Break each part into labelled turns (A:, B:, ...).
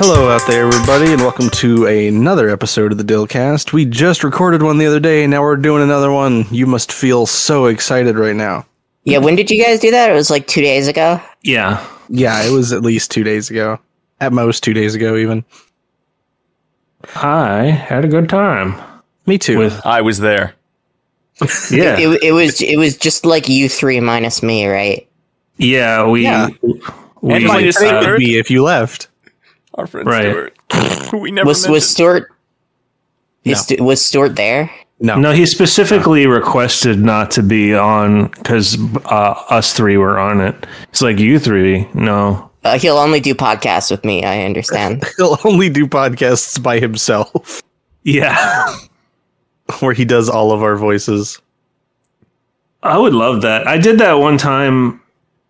A: Hello out there, everybody, and welcome to another episode of the Dillcast. We just recorded one the other day, and now we're doing another one. You must feel so excited right now.
B: Yeah, when did you guys do that? It was like two days ago.
C: Yeah.
A: Yeah, it was at least two days ago. At most two days ago, even.
C: I had a good time.
A: Me too.
C: With
D: I was there.
C: yeah.
B: It, it was it was just like you three minus me, right?
C: yeah, we
A: Yeah.
C: we
D: And my
C: uh,
A: it would be if you left.
D: Our friend
C: Right.
D: Stuart. we never
B: was
D: mentioned.
B: was Stewart?
A: No.
B: Is, was Stewart there?
A: No.
C: uh, no, he specifically requested not to be on because uh, us three were on it. It's like you three, no.
B: Uh, he'll only do podcasts with me. I understand.
A: He'll only do podcasts by himself,
C: Yeah,
A: where he does all of our voices.
C: I would love that. I did that one time,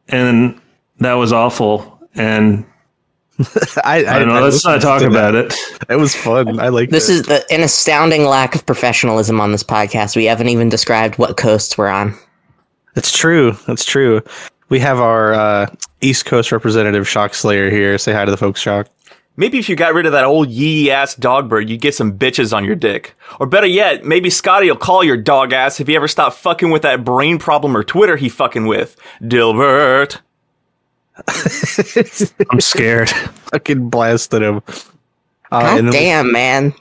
C: and that was awful. And
A: I,
C: I don't know. let's not talk about it.
A: It was fun. I like
B: this is the, an astounding lack of professionalism on this podcast. We haven't even described what coasts we're on.
A: It's true. That's true. We have our uh, East Coast representative, Shock Slayer, here. Say hi to the folks, Shock.
D: Maybe if you got rid of that old yee ass dog bird, you'd get some bitches on your dick. Or better yet, maybe Scotty will call your dog ass if you ever stop fucking with that brain problem or Twitter he fucking with. Dilbert.
C: I'm scared.
A: Fucking blasted him. Uh,
B: God
A: and then
B: damn, man!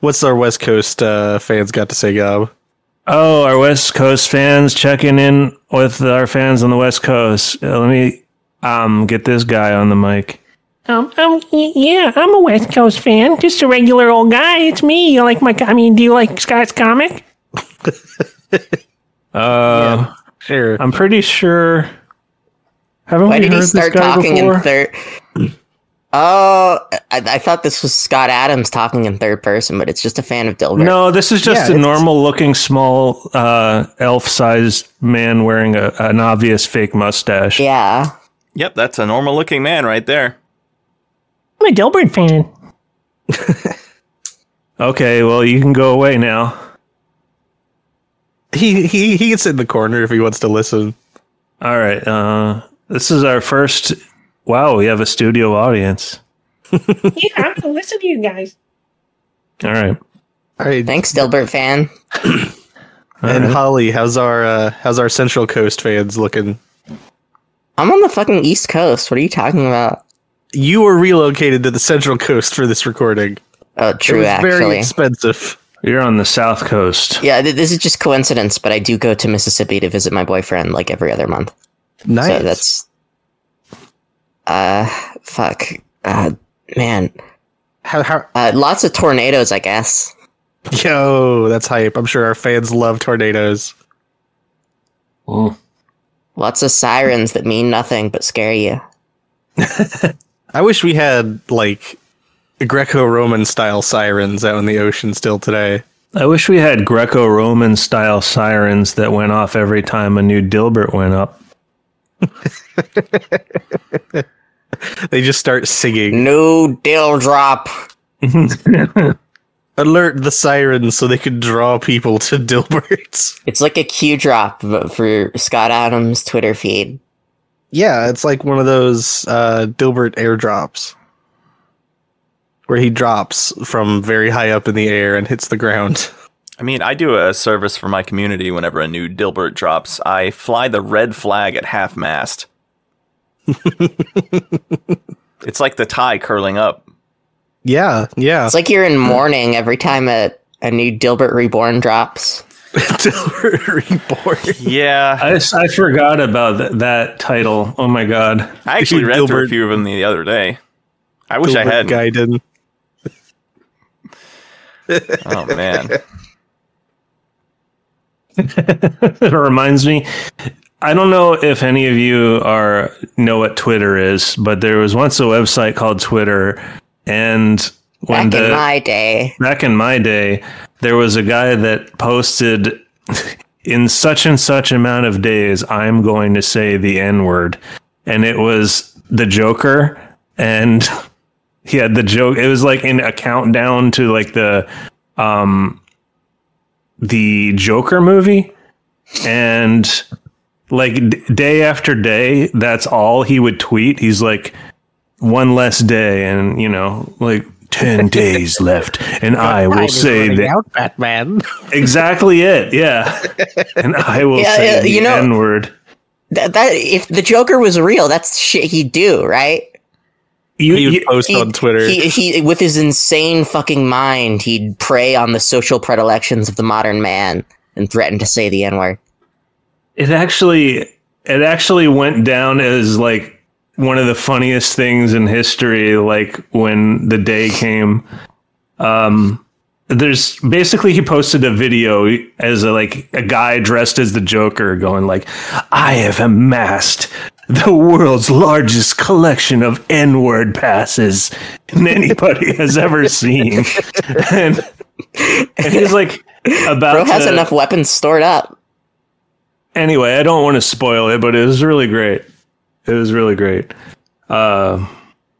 A: What's our West Coast uh, fans got to say, Gob?
C: Oh, our West Coast fans checking in with our fans on the West Coast. Uh, let me um get this guy on the mic.
E: Um, um, y- yeah, I'm a West Coast fan. Just a regular old guy. It's me. You like my? co- I mean, do you like Scott's comic?
C: Uh,
A: Sure.
C: I'm pretty sure. Haven't
B: Why
C: we
B: did
C: heard
B: he
C: this
B: start
C: guy
B: talking
C: before?
B: in third? Oh, I, I thought this was Scott Adams talking in third person, but it's just a fan of Dilbert.
C: no, this is
A: Yeah,
C: just a
A: it's-
C: normal-looking, small, uh, elf-sized man wearing a, an obvious fake mustache.
B: Yeah.
D: Yep, that's a normal looking man right there.
E: I'm a Dilbert fan.
C: Okay, well, you can go away now.
A: He he he gets in the corner if he wants to listen.
C: All right. Uh, this is our first. Wow, we have a studio audience.
E: Yeah, I'm gonna listen to you guys.
C: All right.
A: All right.
B: Thanks, Dilbert fan.
A: and Holly, how's our uh, how's our Central Coast fans looking?
B: I'm on the fucking East Coast. What are you talking about?
A: You were relocated to the Central Coast for this recording.
B: Oh,
A: it
B: true,
A: was very
B: actually.
A: expensive.
C: You're on the South Coast.
B: Yeah, th- this is just coincidence, but I do go to Mississippi to visit my boyfriend like every other month.
A: Nice.
B: So that's. Uh, fuck. Uh, man.
A: how, how,
B: Uh, lots of tornadoes, I guess.
A: yo, that's hype. I'm sure our fans love tornadoes.
B: Lots of sirens that mean nothing but scare you.
A: I wish we had like Greco-Roman style sirens out in the ocean still today.
C: I wish we had Greco Roman style sirens that went off every time a new Dilbert went up.
A: They just start singing,
B: No dill drop.
A: alert the sirens, so they could draw people to Dilberts.
B: It's like a Q drop but for Scott Adams' Twitter feed.
A: Yeah, it's like one of those uh, Dilbert airdrops where he drops from very high up in the air and hits the ground.
D: I mean, I do a service for my community whenever a new Dilbert drops. I fly the red flag at half mast. it's like the tie curling up.
A: Yeah, yeah.
B: It's like you're in mourning every time a, a new Dilbert Reborn drops.
A: Dilbert reborn.
D: Yeah.
C: I, I forgot about th- that title. Oh my God.
D: I actually
A: Dude,
D: read through a
A: Dilbert-
D: few of them the other day. I wish I
A: Dilbert
D: had.
A: Gaiden.
D: Oh man,
C: it reminds me. I don't know if any of you are know what Twitter is, but there was once a website called Twitter, and when
B: Back
C: the
B: in my day.
C: back in my day, there was a guy that posted in such and such amount of days, I'm going to say the N word. And it was the Joker. And he had the joke. It was like in a countdown to like the, um, the Joker movie. And like d- day after day, that's all he would tweet. He's like, one less day and you know like 10 days left and i will say that
A: out, Batman.
C: exactly it yeah and i will
B: Yeah,
C: say
B: yeah,
C: the
B: you know-
C: n word
B: That, that if the Joker was real, that's shit he'd do, right?
C: you,
A: He would
C: you-
A: post on Twitter.
B: He, he, with his insane fucking mind, he'd prey on the social predilections of the modern man and threaten to say the N word.
C: it actually it actually went down as like one of the funniest things in history like when the day came um there's basically he posted a video as a, like a guy dressed as the joker going like i have amassed the world's largest collection of n-word passes than anybody has ever seen and, and he's like about
B: Bro has
C: to-
B: enough weapons stored up.
C: anyway, I don't want to spoil it, but it was really great. It was really great. Uh,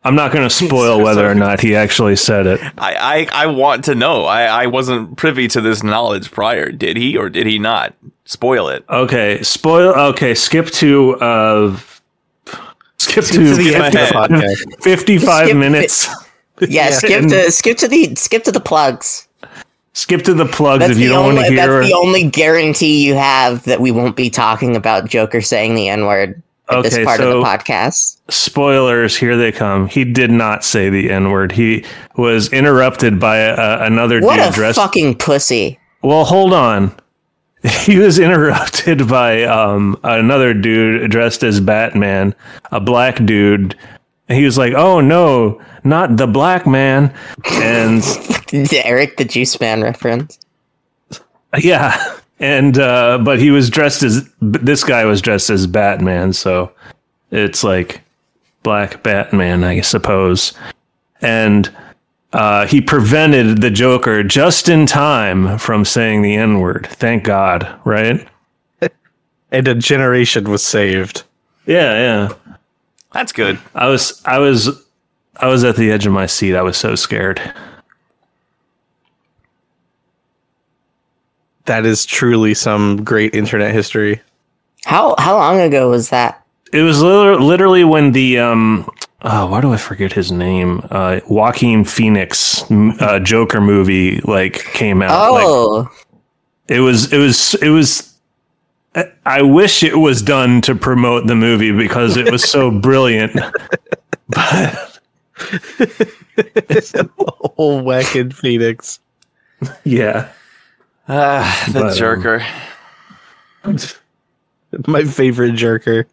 C: I'm not going to spoil whether or not he actually said it.
D: I, I, I want to know. I, I wasn't privy to this knowledge prior. Did he or did he not? Spoil it.
C: Okay, spoil. Okay, skip to uh, skip to,
A: to the end of the
C: 55
A: podcast.
C: 55
B: Skip
C: minutes.
B: Yeah, skip
C: And
B: to skip to the skip to the plugs.
C: skip to the plugs
B: That's
C: if you
B: the
C: don't want
B: only
C: to
B: that's the
C: hear.
B: only guarantee you have that we won't be talking about Joker saying the N word at
C: Okay,
B: this part of the
C: so-
B: podcast.
C: Spoilers, here they come. He did not say the N word. He was interrupted by uh, another
B: What
C: dude
B: a
C: dressed
B: fucking pussy.
C: Well, hold on. He was interrupted by um, another dude dressed as Batman, a black dude. And He was like, "Oh no, not the black man!" And
B: The Eric the Juice Man reference.
C: yeah, and uh, but he was dressed as this guy was dressed as Batman, so it's like black Batman, I suppose. And uh, he prevented the Joker just in time from saying the N word. Thank God, right?
A: and a generation was saved.
C: Yeah, yeah.
D: That's good.
C: I was I was I was at the edge of my seat. I was so scared.
A: That is truly some great internet history.
B: How how long ago was that?
C: It was liter- literally when the um oh, why do I forget his name? Uh Joaquin Phoenix m- uh, Joker movie like came out. Like,
B: Oh,
C: it was it was it was I- I wish it was done to promote the movie because it was so brilliant.
A: Oh, Wacken Phoenix.
C: Yeah.
D: Ah, the
C: But, um,
D: jerker.
A: My favorite jerker.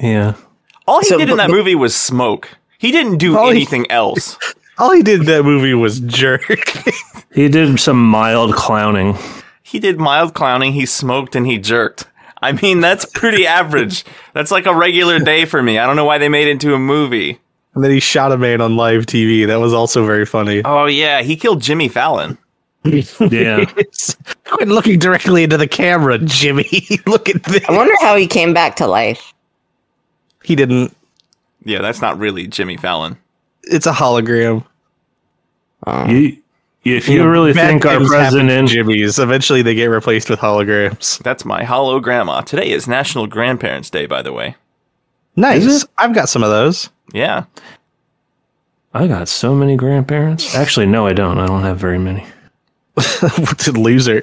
C: Yeah.
D: All he
B: So-
D: did in that movie was smoke. He didn't do
A: All he-
D: anything else.
A: All he did in that movie was jerk.
C: He did some mild clowning.
D: He did mild clowning, he smoked, and he jerked. I mean, that's pretty average. That's like a regular day for me. I don't know why they made it into a movie.
A: and then he shot a man on live TV. That was also very funny.
D: Oh, yeah, he killed Jimmy Fallon.
C: Yeah.
A: Quit looking directly into the camera, Jimmy. Look at this.
B: I wonder how he came back to life.
A: He didn't.
D: Yeah, that's not really Jimmy Fallon.
A: It's a hologram.
C: You, if you really
A: Bad
C: think our
A: things happen to
C: president
A: Jimmy's. Eventually, they get replaced with holograms.
D: That's my hollow grandma. Today is National Grandparents' Day, by the way.
A: Nice. I've got some of those.
D: Yeah.
C: I got so many grandparents. Actually, no, I don't. I don't have very many.
A: Loser.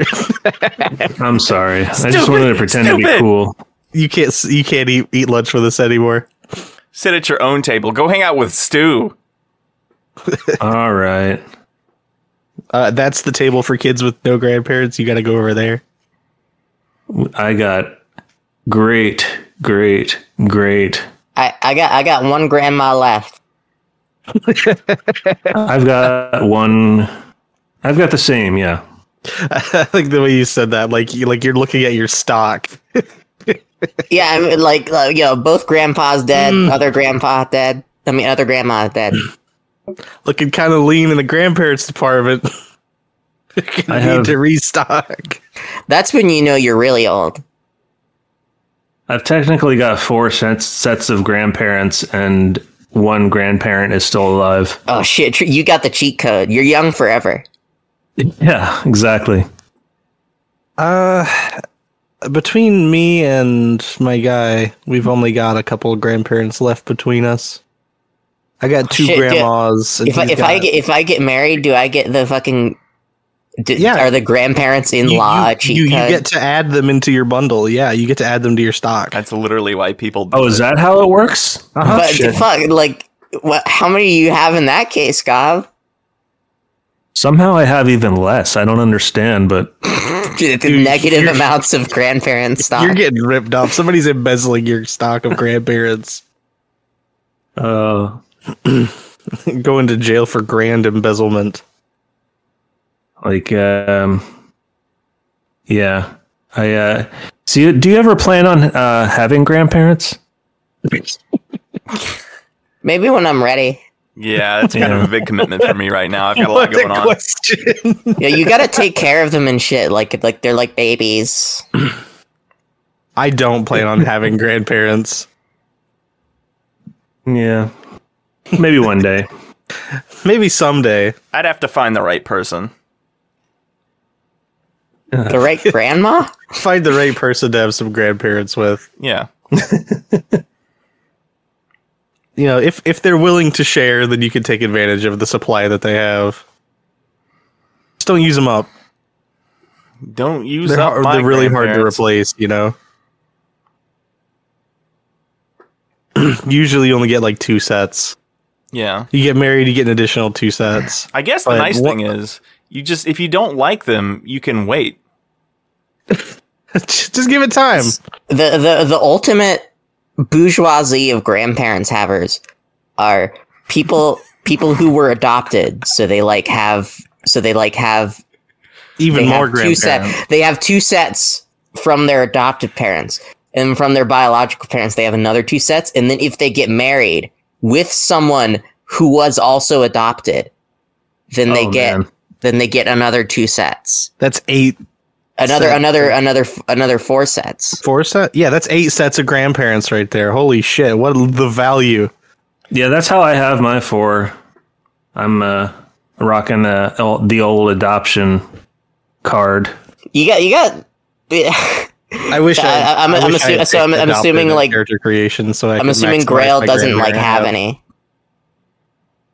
C: I'm sorry. I just wanted to pretend to be
D: Stupid!
C: cool.
A: you can't. s- You can't eat, eat lunch with us anymore.
D: Sit at your own table. Go hang out with Stu.
C: All right.
A: Uh, that's the table for kids with no grandparents. You got to go over there.
C: I got great, great, great.
B: I, I got I got one grandma left.
C: I've got one. I've got the same. Yeah.
A: I think the way you said that, like, you, like you're looking at your stock.
B: Yeah, I mean, like uh, you know, both grandpas dead,
A: Hmm.
B: other grandpa dead. I mean, other grandma dead.
A: looking kind of lean in the grandparents department. I
C: I
A: need
C: have-
A: to restock.
B: That's when you know you're really old.
C: I've technically got four sets, sets of grandparents, and one grandparent is still alive.
B: Oh shit, tr- you got the cheat code. You're young forever.
C: Yeah, exactly.
A: Uh, between me and my guy, we've only got a couple of grandparents left between us. I got two
B: Shit, dude.
A: grandmas. and
B: If I,
A: he's
B: if I
A: got-
B: get if I get married, do I get the fucking? Do,
A: Yeah.
B: Are the grandparents in
A: you,
B: law a
A: you,
B: cheat
A: you, you
B: code?
A: get to add them into your bundle. Yeah, you get to add them to your stock.
D: That's literally why people.
C: Oh, is that how it works?
A: Uh-huh.
B: but
C: shit.
B: fuck, like, what? How many do you have in that case, Gob?
C: Somehow I have even less. I don't understand, but
B: The negative amounts of grandparent stock.
A: You're getting ripped off. Somebody's embezzling your stock of grandparents.
C: uh,
A: Going to jail for grand embezzlement.
C: like, um, yeah, I uh, so you, do you ever plan on uh, having grandparents?
B: Maybe when I'm ready.
D: Yeah, that's kind of a big commitment for me right now. I've got a lot
A: What
D: going
A: a
D: on.
A: question.
B: Yeah, you gotta take care of them and shit. Like, like they're like babies.
A: I don't plan on having grandparents.
C: Yeah, maybe one day.
A: Maybe someday.
D: I'd have to find the right person.
B: The right grandma.
A: Find the right person to have some grandparents with.
D: Yeah.
A: You know, if if they're willing to share, then you can take advantage of the supply that they have. Just don't use them up.
D: Don't use
A: They're,
D: up
A: hard,
D: my
A: they're really hard to
D: grandparents.
A: replace, you know. Usually you only get like two sets.
D: Yeah.
A: You get married, you get an additional two sets.
D: I guess the
A: But
D: nice
A: what-
D: thing is, you just if you don't like them, you can wait.
A: Just give it time.
B: the the the ultimate bourgeoisie of grandparents havers are people people who were adopted so they like have so they like have
A: Even
B: they
A: more
B: have two
A: grandparents.
B: set they have two sets from their adoptive parents and from their biological parents they have another two sets and then if they get married with someone who was also adopted then they
C: Oh,
B: get
C: man.
B: then they get another two sets
A: That's eight
B: another
A: Set.
B: another another f- another four sets
A: four set. Yeah, that's eight sets of grandparents right there. Holy shit! What the value?
C: Yeah, that's how I have my four. I'm uh, rocking the el- the old adoption card.
B: you got you got
A: I wish. I,
B: I- I'm-
A: I
B: I'm
A: wish I
B: assu-
A: had
B: so I'm- I'm
A: adopted
B: assuming,
A: a
B: like-
A: character creation. So I
B: I'm
A: could
B: assuming
A: maximize
B: Grail
A: my
B: doesn't like
A: grandparent.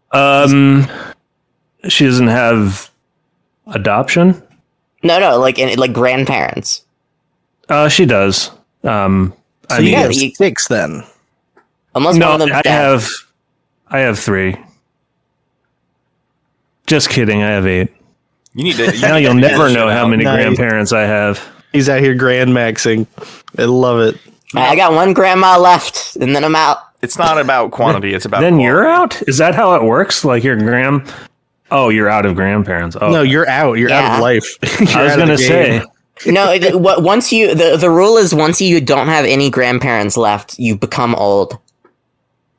B: have any.
C: Um, she doesn't have adoption.
B: No, no, like in, like grandparents.
C: Uh, she does. Um, I
A: So you
C: mean,
B: Yeah,
A: have
B: you-
A: six then.
B: Unless
C: no,
B: one of them.
C: I have, I have three. Just kidding. I have eight.
D: You need to.
C: Now you'll never know how many
A: Nice.
C: grandparents I have.
A: He's out here grand maxing. I love it.
B: I got one grandma left, and then I'm out.
D: It's not about quantity. It's about
C: Then
D: quality.
C: you're out. Is that how it works? Like your gram? Oh, you're out of grandparents. Oh,
A: No, you're out. You're out
B: Yeah.
A: of life.
C: I was gonna say.
B: No, it, what, once you the the rule is once you don't have any grandparents left, you become old.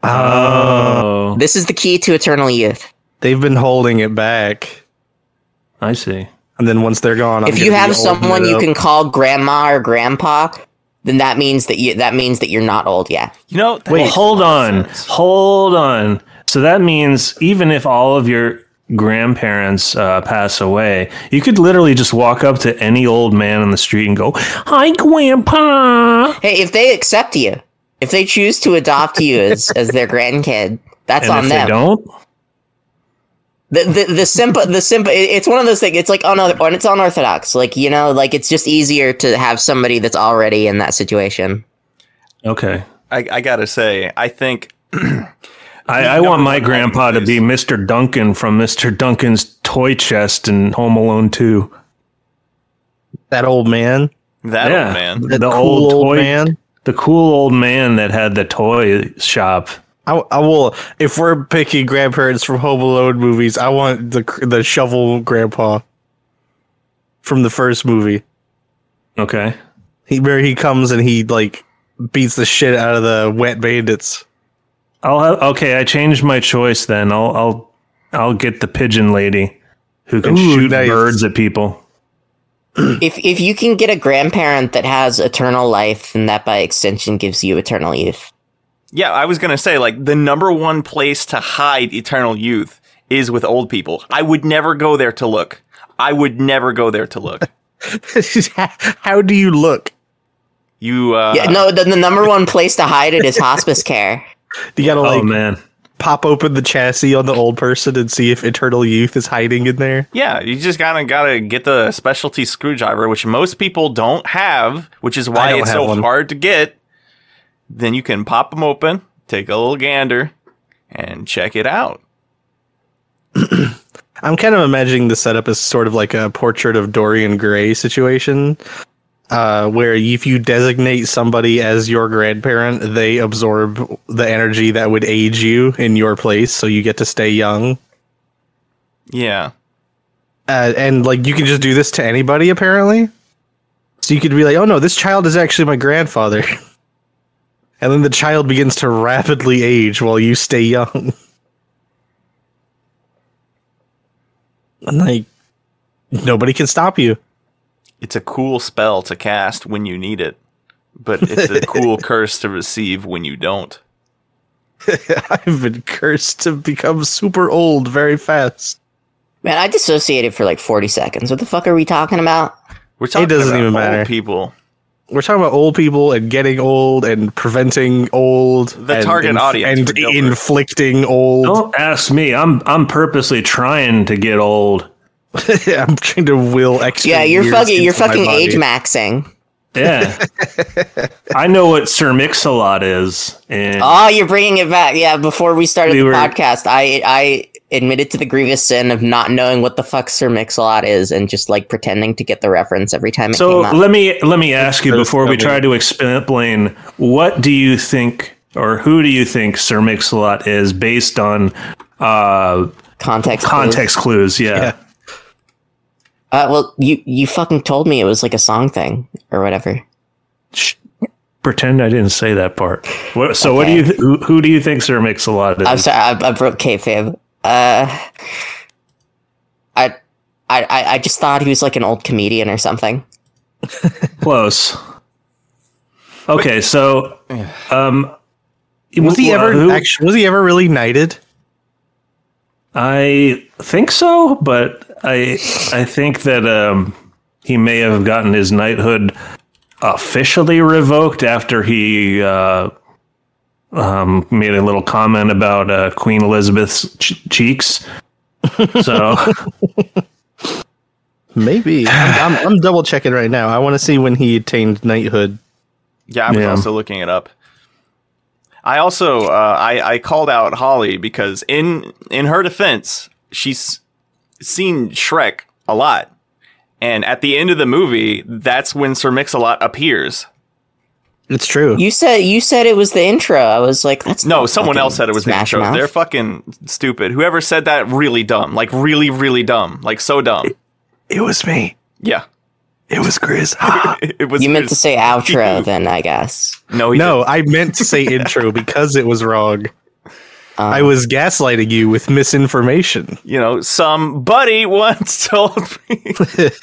C: Oh,
B: This is the key to eternal youth.
A: they've been holding it back,
C: I see.
A: and then once they're gone, I'm
B: if you
A: gonna be
B: have
A: old
B: someone
A: and
B: you
A: up.
B: can call grandma or grandpa, then that means that you that means that you're not old yet.
D: You know. that
C: Wait,
D: makes a
C: hold
D: lot of
C: on.
D: sense.
C: Hold on. So that means even if all of your grandparents uh, pass away, you could literally just walk up to any old man on the street and go,
E: Hi, Grandpa.
B: Hey, if they accept you, if they choose to adopt you as as their grandkid, that's
C: and
B: on
C: if
B: them.
C: they don't,
B: the the the simple the simple it's one of those things it's like on other and it's unorthodox like you know like it's just easier to have somebody that's already in that situation
C: okay.
D: I, I gotta say, I think
C: I, I
D: number
C: want my
D: one
C: grandpa
D: item
C: to be Mr. Duncan from Mr. Duncan's toy chest in Home Alone 2.
A: that old man,
D: that
C: Yeah.
D: old man.
A: that
C: The
A: cool
C: old
A: old,
C: toy-
A: man.
C: The cool old man that had the toy shop.
A: I, I will. If we're picking grandparents from Home Alone movies, I want the the shovel grandpa from the first movie.
C: Okay.
A: He where he comes and he like beats the shit out of the wet bandits.
C: I'll have, okay. I changed my choice then. I'll I'll I'll get the pigeon lady who can
A: Ooh,
C: shoot
A: nice.
C: birds at people.
B: if if you can get a grandparent that has eternal life then that by extension gives you eternal youth
D: Yeah, I was gonna say like the number one place to hide eternal youth is with old people. I would never go there to look. I would never go there to look.
A: How do you look?
D: You uh,
B: yeah no the, the number one place to hide it is hospice care
A: You gotta
C: Oh
A: like
C: man,
A: pop open the chassis on the old person and see if eternal youth is hiding in there?
D: Yeah, you just gotta gotta get the specialty screwdriver, which most people don't have, which is
A: I
D: why
A: don't
D: it's
A: have
D: so
A: one.
D: hard to get. Then you can pop them open, take a little gander, and check it out.
A: I'm kind of imagining the setup as sort of like a portrait of Dorian Gray situation, uh, where if you designate somebody as your grandparent, they absorb the energy that would age you in your place, so you get to stay young.
D: Yeah,
A: Uh, and like you can just do this to anybody, apparently. So you could be like, "Oh no, this child is actually my grandfather," and then the child begins to rapidly age while you stay young. And like nobody can stop you.
D: it's a cool spell to cast when you need it, but it's a cool curse to receive when you don't.
A: I've been cursed to become super old very fast.
B: Man, I dissociated for like 40 seconds. What the fuck are we talking about?
D: We're talking
A: doesn't
D: about
A: even
D: old
A: matter.
D: people.
A: We're talking about old people and getting old and preventing old.
D: The
A: and
D: target audience for
A: and
D: Dilbert.
A: inflicting old.
C: Don't ask me. I'm I'm purposely trying to get old.
A: Yeah, I'm trying to will extra.
B: Yeah, you're
A: years
B: fucking
A: into
B: you're
A: my
B: fucking
A: body.
B: age maxing.
C: Yeah. I know what Sir Mix-a-Lot is. And
B: Oh, you're bringing it back. Yeah, before we started
C: We
B: the
C: were-
B: podcast, I I admitted to the grievous sin of not knowing what the fuck Sir Mix-a-Lot is and just like pretending to get the reference every time it
C: so
B: came up.
C: let me let me ask you
A: Those
C: before
A: coming.
C: we try to explain what do you think or who do you think Sir Mix-a-Lot is based on uh
B: context. clues.
C: context clues, yeah.
A: Yeah.
B: Uh, well, you you fucking told me it was like a song thing or whatever.
C: Shh. Pretend I didn't say that part. What, so, what do you? who, who do you think Sir Mix-a-Lot is?
B: I'm sorry, I, I broke kayfabe. Uh, I, I, I I just thought he was like an old comedian or something.
C: Close. Okay, so um
A: Was he
C: wh-
A: ever
C: who-
A: actu- was he ever really knighted?
C: I think so, but I I think that um he may have gotten his knighthood officially revoked after he uh um made a little comment about uh Queen Elizabeth's ch- cheeks. So
A: Maybe. I'm, I'm, I'm double checking right now. I want to see when he attained knighthood.
D: Yeah, I was
C: Yeah.
D: also looking it up. I also uh, I I called out Holly because in in her defense, she's seen Shrek a lot, and at the end of the movie, that's when Sir Mix-a-Lot appears.
A: It's true.
B: You said you said it was the intro. I was like, that's
D: No,
B: not
D: someone
B: fucking
D: else said it was the
B: Smash
D: intro.
B: Mouth.
D: They're fucking stupid. Whoever said that really dumb, like really really dumb, like so dumb.
A: it was me.
D: Yeah,
A: It was Grizz.
D: it, it was.
B: You meant to say outro, then I guess.
D: no, he
A: no, I meant to say intro because it was wrong.
B: Um,
A: I was gaslighting you with misinformation.
D: you know, somebody once told me the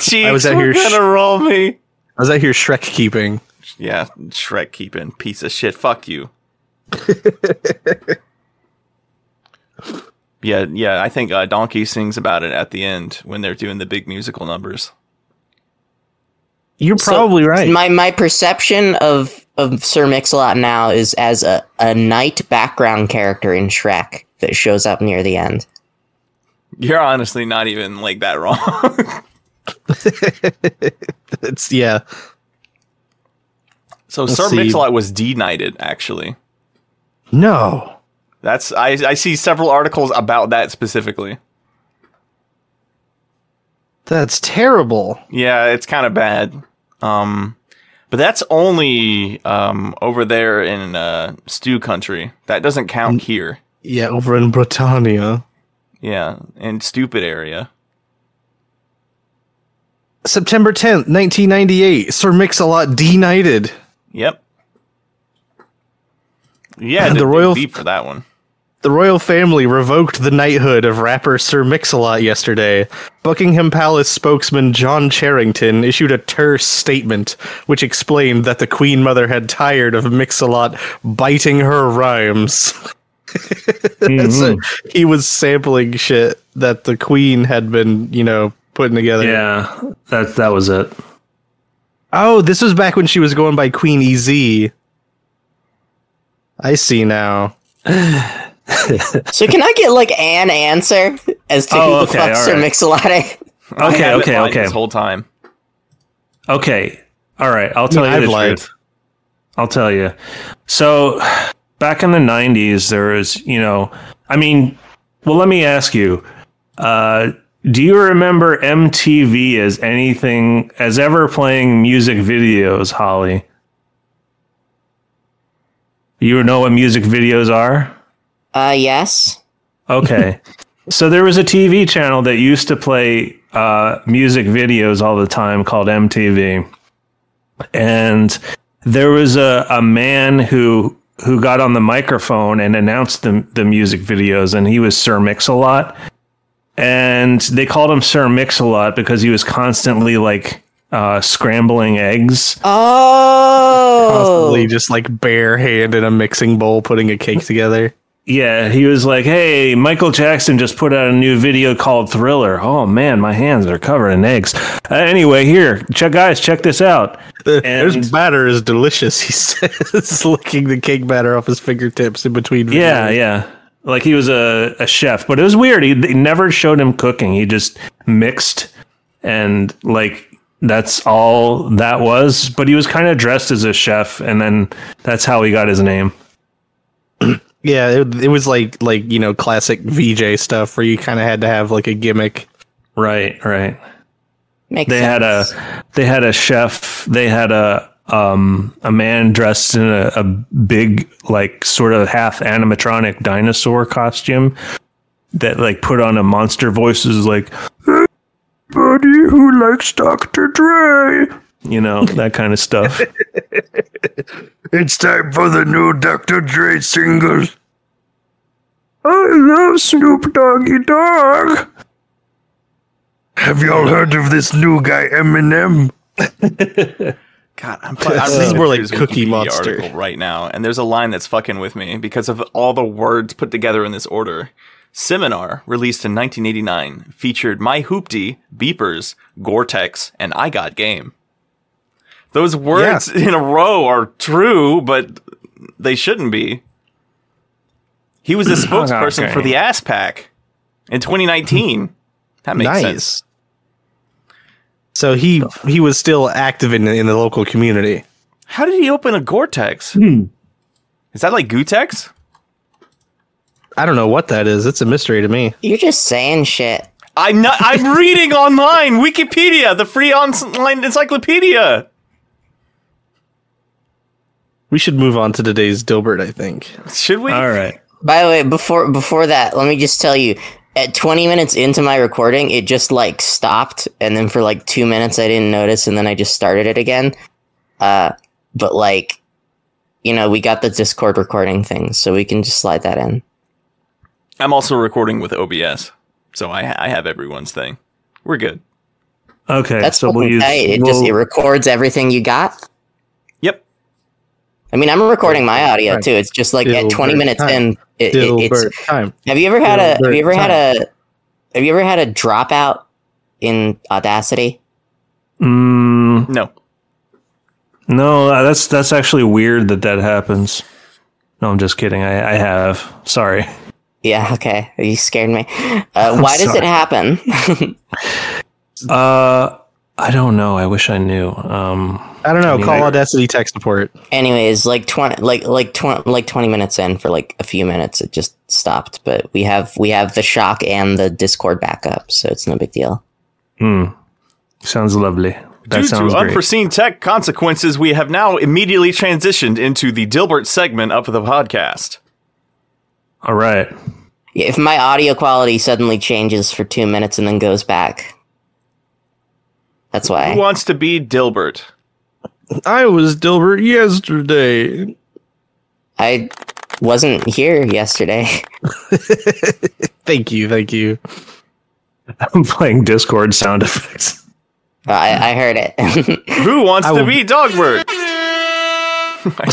D: cheeks
A: was out
D: were
A: here sh-
D: gonna roll me.
A: I was out here Shrek keeping.
D: Yeah, Shrek keeping piece of shit. Fuck you. yeah, yeah. I think uh, Donkey sings about it at the end when they're doing the big musical numbers.
A: You're
B: So,
A: probably right.
B: My my perception of of Sir Mix-a-Lot now is as a a knight background character in Shrek that shows up near the end.
D: You're honestly not even like that wrong.
A: it's yeah.
D: so
A: Let's
D: Sir
A: see.
D: Mix-a-Lot was denighted. Actually,
A: No.
D: that's I I see several articles about that specifically.
A: That's terrible.
D: Yeah, it's kind of bad. Um, but that's only um over there in uh, Stew Country. That doesn't
C: Mm.
D: count here.
A: Yeah, over in Britannia.
D: Yeah, in stupid area.
A: September 10th, 1998. Sir Mix-a-Lot denighted.
D: Yep. Yeah,
A: The
D: the
A: royal
D: royal deep for that one.
A: The royal family revoked the knighthood of rapper Sir Mix-a-Lot yesterday. Buckingham Palace spokesman John Charrington issued a terse statement which explained that the Queen Mother had tired of Mix-a-Lot biting her rhymes.
C: Mm. mm-hmm.
A: So he was sampling shit that the Queen had been, you know, putting together.
C: yeah, that that was it.
A: Oh, this was back when she was going by Queen EZ. I E see now.
B: So can I get like an answer as to
C: Oh,
B: who the
C: okay,
B: fuck Sir
C: alright.
B: Mixalate?
D: I
C: Okay,
D: had it
C: okay,
D: lined
C: okay,
D: This whole time.
C: okay. All right, I'll tell
A: mean,
C: you
A: I've
C: the
A: lied.
C: truth. I'll tell you. So, back in the '90s, there was, you know, I mean, well, let me ask you: uh, Do you remember MTV as anything as ever playing music videos, Holly? You know what music videos are?
B: Uh, yes.
C: Okay. so there was a TV channel that used to play uh, music videos all the time called MTV. And there was a, a man who who got on the microphone and announced the, the music videos, and he was Sir Mix-a-Lot. And they called him Sir Mix-a-Lot because he was constantly like uh, scrambling eggs.
B: Oh,
A: Possibly just like bare hand in a mixing bowl putting a cake together.
C: Yeah, he was like, "Hey, Michael Jackson just put out a new video called Thriller. Oh man, my hands are covered in eggs. Uh, anyway, here, check guys, check this out.
A: His batter is delicious, he says, licking the cake batter off his fingertips in between.
C: Yeah, yeah. Like he was a, a chef, but it was weird. He they never showed him cooking. He just mixed and like that's all that was. But he was kind of dressed as a chef, and then that's how he got his name.
A: Yeah, it, it was like like you know classic VJ stuff where you kind of had to have like a gimmick.
C: Right, right.
B: makes
C: they had
B: sense.
C: a they had a chef they had a um a man dressed in a, a big like sort of half animatronic dinosaur costume that like put on a monster voice is like buddy who likes dr dre you know that kind of stuff it's time for the new dr dre single i love snoop doggy dog have y'all heard of this new guy eminem
D: God, I'm fu- I'm
A: This is more
D: reading through
A: like
D: this
A: Cookie
D: Wikipedia
A: Monster.
D: article right now, and there's a line that's fucking with me because of all the words put together in this order. Seminar, released in 1989, featured My Hoopty, Beepers, Gore-Tex, and I Got Game. Those words in a row are true, but they shouldn't be. He was the spokesperson for
C: Okay.
D: the Ass Pack in 2019. That makes
A: nice.
D: sense.
A: So he he was still active in in the local community.
D: How did he open a Gore-Tex?
A: Hmm.
D: Is that like Gutex?
A: I don't know what that is. It's a mystery to me.
B: You're just saying shit.
D: I'm not. I'm reading online Wikipedia, the free online encyclopedia.
A: We should move on to today's Dilbert. I think.
D: Should we?
C: all right
B: By the way, before before that, let me just tell you. At 20 minutes into my recording, it just like stopped, and then for like two minutes, I didn't notice, and then I just started it again. Uh, but like, you know, we got the Discord recording thing, so we can just slide that in.
D: I'm also recording with OBS, so I I have everyone's thing. We're good.
C: Okay,
B: That's
C: so we'll
B: fucking
C: use.
B: tight. It just
C: we'll-
B: it records everything you got.
D: Yep.
B: I mean, I'm recording my audio too. It's just like at 20
A: Dilbert
B: minutes
A: time.
B: in, it, it, it's.
A: Dilbert time.
B: Have you ever had a Have
A: Dilbert
B: you ever had a Have you ever had a dropout in Audacity?
C: Mm,
D: No.
C: no, uh, that's that's actually weird that that happens. No, I'm just kidding. I, I have. Sorry.
B: Yeah. Okay. You scared me. Uh, why does it
C: sorry.
B: happen?
C: Uh, I don't know. I wish I knew. Um,
A: I don't know.
C: mean,
A: Call
C: I-
A: Audacity tech support.
B: Anyways, like twenty, like like twenty, like twenty minutes in for like a few minutes, it just stopped. But we have we have the shock and the Discord backup, so it's no big deal.
C: sounds lovely. That
D: Due
C: sounds
D: to
C: great.
D: unforeseen tech consequences, we have now immediately transitioned into the Dilbert segment of the podcast.
C: all right.
B: Yeah, If my audio quality suddenly changes for two minutes and then goes back, that's
C: Eh.
D: Who
B: why.
D: wants to be Dilbert?
A: I was Dilbert yesterday.
B: I wasn't here yesterday.
A: Thank you. Thank you.
C: I'm playing Discord sound effects.
B: I, I heard it.
D: Who wants to
A: will-
D: be Dogbert?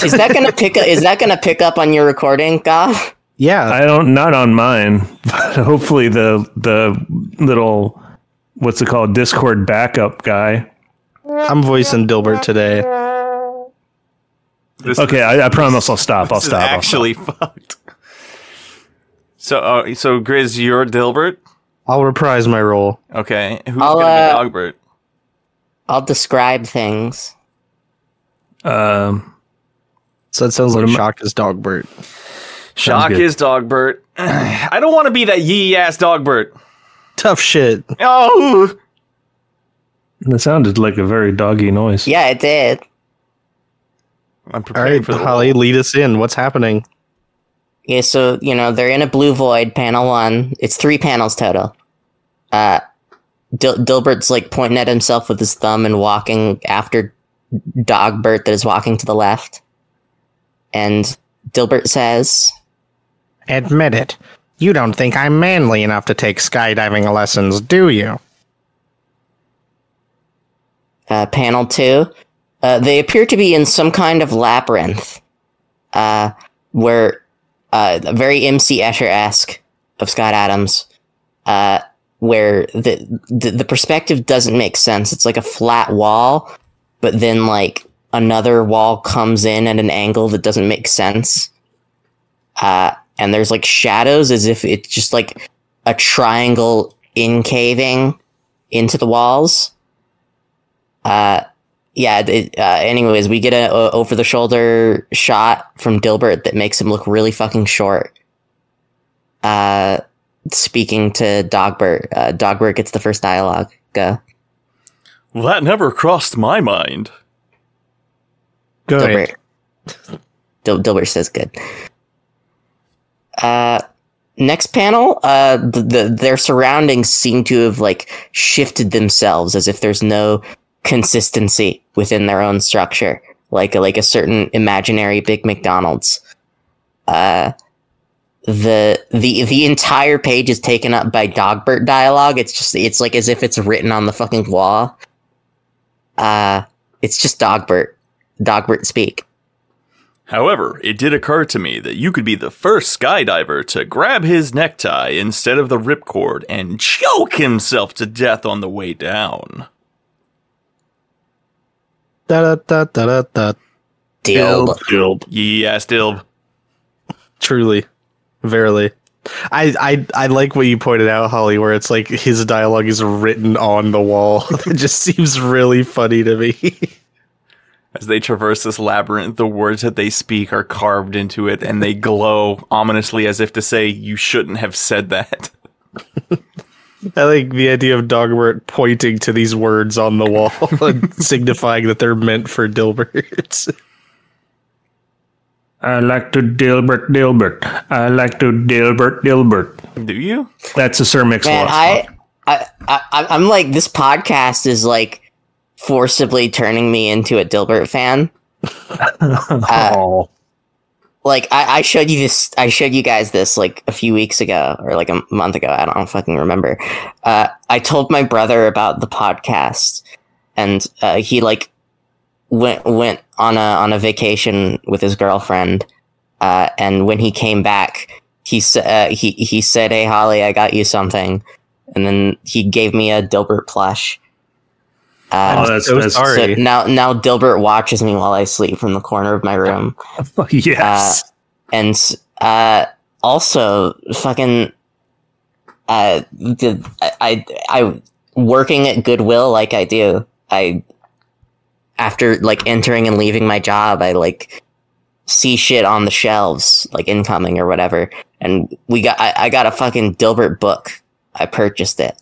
B: is that gonna pick up? Is that gonna pick up on your recording, Goff?
A: Yeah.
C: I don't. Not on mine. But hopefully the the little what's it called Discord backup guy.
A: I'm voicing Dilbert today.
D: This
C: Okay, I, I promise I'll stop. I'll
D: This is
C: stop. I'll stop.
D: actually fucked. So, uh, so Grizz, you're Dilbert.
A: I'll reprise my role.
D: Okay, who's
B: I'll,
D: gonna
B: uh,
D: be Dogbert?
B: I'll describe things.
C: Um,
A: So that sounds like shocked as Dogbert.
D: Shock
C: good.
D: is Dogbert. I don't want to be that yee ass Dogbert.
A: Tough shit.
D: Oh,
C: that sounded like a very doggy noise.
B: Yeah, it did.
D: I'm
A: All
D: preparing
A: right,
D: for the
A: Holly, lead us in. What's happening?
B: Yeah, so you know they're in a blue void, panel one. It's three panels total. Uh, Dil- Dilbert's like pointing at himself with his thumb and walking after Dogbert that is walking to the left. And Dilbert says,
A: Admit it. You don't think I'm manly enough to take skydiving lessons, do you?
B: uh, panel two. Uh, they appear to be in some kind of labyrinth, uh, where uh, very MC Escher esque of Scott Adams, uh, where the, the the perspective doesn't make sense. It's like a flat wall, but then like another wall comes in at an angle that doesn't make sense. Uh, and there's like shadows as if it's just like a triangle incaving into the walls uh yeah it, uh, anyways we get a, a over the shoulder shot from dilbert that makes him look really fucking short uh speaking to dogbert uh, dogbert gets the first dialogue go
D: Well, that never crossed my mind.
A: Good.
B: dilbert Dil- dilbert says good uh next panel uh the, the their surroundings seem to have like shifted themselves as if there's no consistency within their own structure, like like a certain imaginary big McDonald's. Uh, the the the entire page is taken up by Dogbert dialogue. It's just it's like as if it's written on the fucking wall. Uh, it's just Dogbert, Dogbert speak.
D: However, it did occur to me that you could be the first skydiver to grab his necktie instead of the ripcord and choke himself to death on the way down.
A: Da, da, da, da, da, da.
B: Deal.
D: Yes, Dilb.
A: Truly. Verily. I, I I like what you pointed out, Holly, where it's like his dialogue is written on the wall. That just seems really funny to me.
D: As they traverse this labyrinth, the words that they speak are carved into it and they glow ominously as if to say, You shouldn't have said that.
A: I like the idea of Dogbert pointing to these words on the wall and signifying that they're meant for Dilbert.
C: I like to Dilbert Dilbert. I like to Dilbert Dilbert.
D: Do you?
C: That's a Sir Mix
B: Man, I, I, I, I- I'm like this podcast is like forcibly turning me into a Dilbert fan. Uh, like I, I showed you this i showed you guys this like a few weeks ago or like a month ago i don't fucking remember uh, i told my brother about the podcast and uh, he like went went on a on a vacation with his girlfriend uh, and when he came back he said uh, he he said hey holly i got you something and then he gave me a dilbert plush
C: Oh,
B: uh,
C: that's,
A: so
C: that's
A: sorry.
B: so now now dilbert watches me while i sleep from the corner of my room
C: yes.
B: and uh, also fucking uh, the, I, I I- working at Goodwill like I do. I after like entering and leaving my job, I like see shit on the shelves, like incoming or whatever. And we got I, I got a fucking Dilbert book. I purchased it.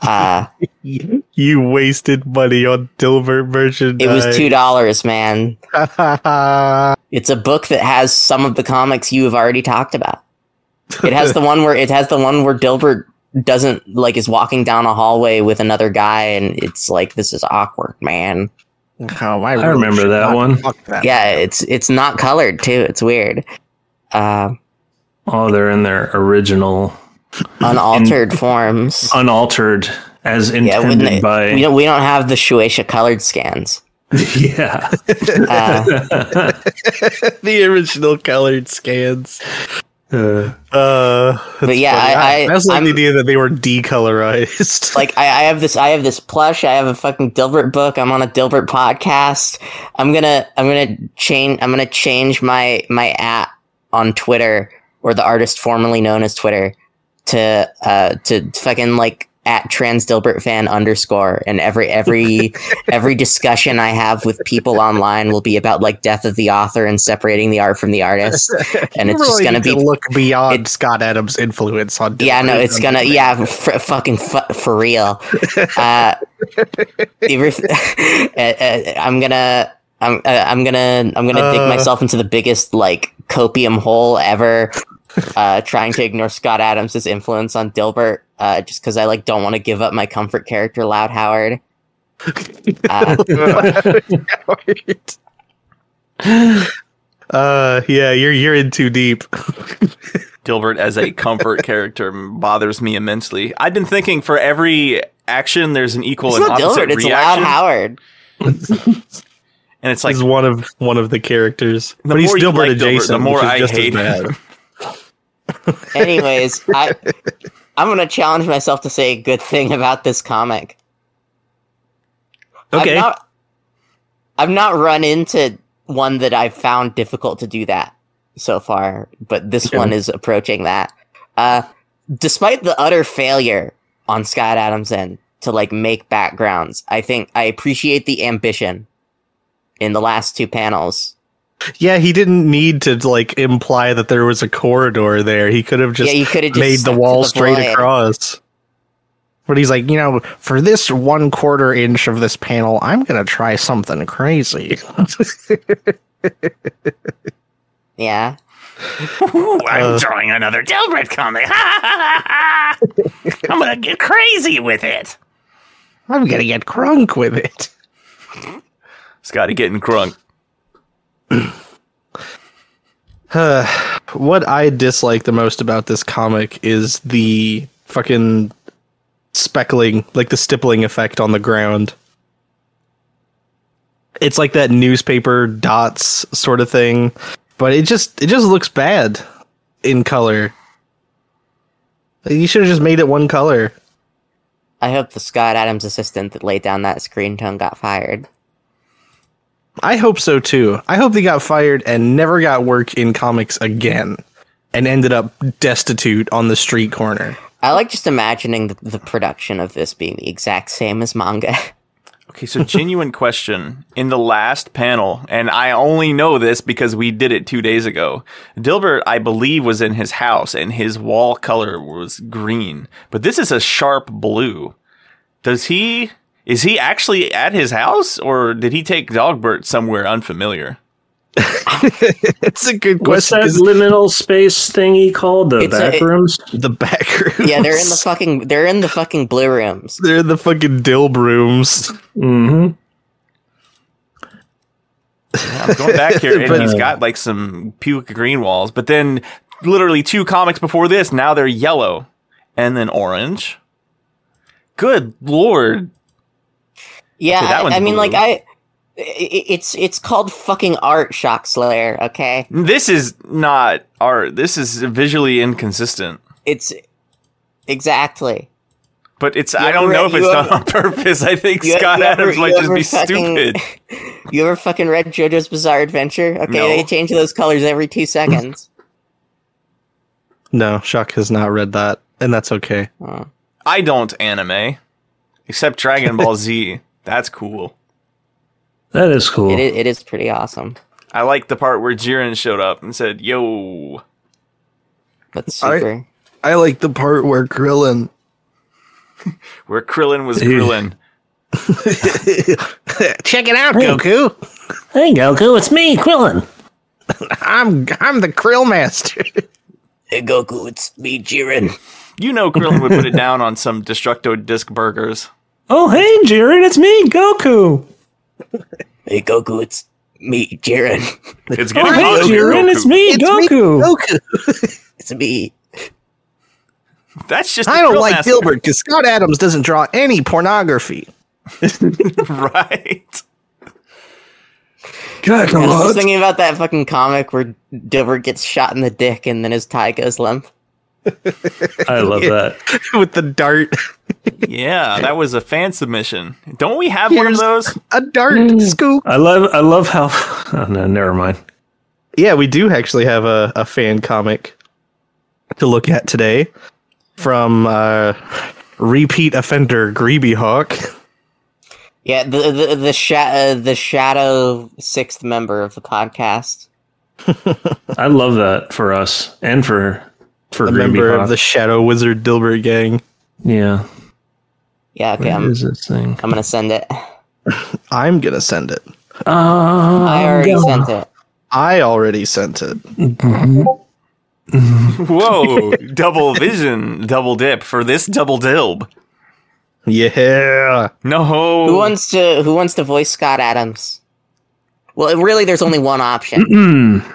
B: Uh,
A: you wasted money on Dilbert merchandise.
B: it was two dollars, man.
A: two.
B: It's a book that has some of the comics you have already talked about. It has the one where it has the one where Dilbert doesn't like is walking down a hallway with another guy, and it's like this is awkward, man.
A: oh,
B: Uh,
A: I,
C: I remember
A: should
C: that
A: not
C: one.
A: fuck that.
B: Yeah, it's it's not colored too. It's weird. Uh,
C: Oh, they're in their original,
B: unaltered forms.
C: unaltered, as
B: Yeah,
C: intended
B: when they,
C: by.
B: we don't we don't have the Shueisha colored scans.
C: yeah.
B: Uh,
A: the original colored scans. Uh, that's
B: But yeah,
A: funny.
B: I- I-
A: that's like the
B: I'm-
A: idea that they were decolorized.
B: like I, I have this I have this plush, I have a fucking Dilbert book, I'm on a Dilbert podcast. I'm gonna I'm gonna change I'm gonna change my my app on Twitter or the artist formerly known as Twitter to uh to fucking like at trans Dilbert fan underscore and every every every discussion I have with people online will be about like death of the author and separating the art from the artist. And it's just
F: Really
B: gonna
F: need
B: be
F: to look beyond Scott Adams' influence on.
B: yeah, no,
F: Dylan
B: it's
F: Cruz.
B: gonna yeah, f- fucking f- for real. Uh, if- uh, uh, I'm gonna. I'm, uh, I'm gonna I'm gonna dig
F: Uh.
B: myself into the biggest like copium hole ever, uh, trying to ignore Scott Adams' influence on Dilbert, uh, just because I like don't want to give up my comfort character, Loud Howard. Uh,
F: Uh, yeah, you're you're in too deep.
D: Dilbert as a comfort character bothers me immensely. I've been thinking for every action, there's an equal
B: it's
D: and
B: not
D: opposite
B: Dilbert, it's Loud
D: reaction,
B: Howard.
D: and it's like
F: he's one of one of the characters,
D: The
F: but he's
D: more you
F: Dilbert
D: like Dilbert,
F: adjacent.
D: the more
F: which is
D: I
F: just as
D: hate
F: bad.
D: him.
B: Anyways, I I'm gonna challenge myself to say a good thing about this comic.
F: Okay,
B: I've not, I've not run into one that I've found difficult to do that so far, but this one is approaching that. Uh, despite the utter failure on Scott Adams' end to like make backgrounds, I think I appreciate the ambition in the last two panels.
F: yeah, he didn't need to like imply that there was a corridor there. He could have just
B: yeah, you could have just
F: made
B: stuck
F: the
B: to
F: wall straight
B: void.
F: across. But he's like, you know, for this one quarter inch of this panel, I'm gonna try something crazy.
B: Yeah,
D: "Oh,
F: Uh,
G: drawing another Dilbert comic. I'm gonna get crazy with it.
F: I'm gonna get crunk with it.
D: Scotty getting crunk.
F: what I dislike the most about this comic is the fucking speckling, like the stippling effect on the ground. It's like that newspaper dots sort of thing, but it just it just looks bad in color. You should have just made it one color.
B: I hope the Scott Adams assistant that laid down that screen tone got fired.
F: I hope so too. I hope they got fired and never got work in comics again and ended up destitute on the street corner.
B: I like just imagining the, the production of this being the exact same as manga.
D: Okay, so genuine question. In the last panel, and I only know this because we did it two days ago, Dilbert, I believe, was in his house and his wall color was green. But this is a sharp blue. Does he is he actually at his house or did he take Dogbert somewhere unfamiliar?
F: It's a good
C: What's
F: question.
C: that
F: 'cause-
C: liminal space thingy called? The
B: It's a-
C: back rooms?
F: the back rooms.
B: Yeah, they're in the fucking they're in the fucking blue rooms.
F: they're in the fucking dill brooms.
C: hmm
D: I'm going back here and
F: But-
D: he's got like some puke green walls, but then literally two comics before this, now they're yellow and then orange. Good lord.
B: Yeah,
D: Okay, that one's
B: I, I mean,
D: blue.
B: like I, i- i- it's it's called fucking art, Shock Slayer. Okay,
D: This is not art. This is visually inconsistent.
B: it's exactly.
D: But it's I
B: You
D: don't
B: ever-
D: know if
B: you
D: it's done
B: ever-
D: on purpose. I think
B: you-
D: Scott
B: you ever-
D: Adams might
B: you
D: just
B: ever
D: be
B: fucking-
D: stupid.
B: You ever fucking read JoJo's Bizarre Adventure? Okay,
D: No.
B: they change those colors every two seconds.
F: No, Shock has not read that, and that's okay.
B: Oh.
D: I don't anime. Except Dragon Ball Z. That's cool.
C: That is cool.
B: It, i- it is pretty awesome.
D: I like the part where Jiren showed up and said, Yo.
B: That's
F: All right.
B: super.
F: I like the part where Krillin.
D: Where Krillin was
C: Ew.
D: Krillin.
F: Check it out, Goku.
G: Hey Goku, it's me, Krillin.
F: I'm I'm the Krill Master.
B: Hey Goku, it's me, Jiren.
D: You know Krillin would put it down on some destructo disc burgers.
G: Oh hey Jiren, it's me, Goku.
B: Hey Goku, it's me, Jiren.
D: It's
G: Oh
D: getting
G: hey
D: hot over here,
G: Jiren,
D: Goku.
G: it's me, Goku.
F: Goku.
B: It's me.
D: That's just
F: I don't
D: Krill
F: like
D: master.
F: Dilbert because Scott Adams doesn't draw any pornography.
D: right.
B: I was just thinking about that fucking comic where Dilbert gets shot in the dick and then his tie goes limp.
C: I love that.
F: With the dart,
D: Yeah, that was a fan submission. Don't we have one of
F: Here's-
D: those?
F: a dart
B: Mm.
F: scoop.
C: I love I love how oh no, never mind.
F: Yeah, we do actually have a, a fan comic.
A: to look at today from uh, repeat offender Greeby Hawk.
B: Yeah, the the the, sha- uh, the shadow sixth member of the podcast.
C: I love that for us and for for
A: a
C: Greeby
A: member
C: Hawk.
A: of the Shadow Wizard Dilbert gang.
C: yeah.
B: Yeah, okay,
C: What
B: I'm,
C: is Oh, this thing?
B: I'm gonna send it.
A: I'm gonna send it.
B: I already sent it.
A: I already sent it.
D: Whoa, double vision, double dip for this double dilb.
A: Yeah.
D: No.
B: Who wants to Who wants to voice Scott Adams? Well, really, there's only one option.
C: Hmm.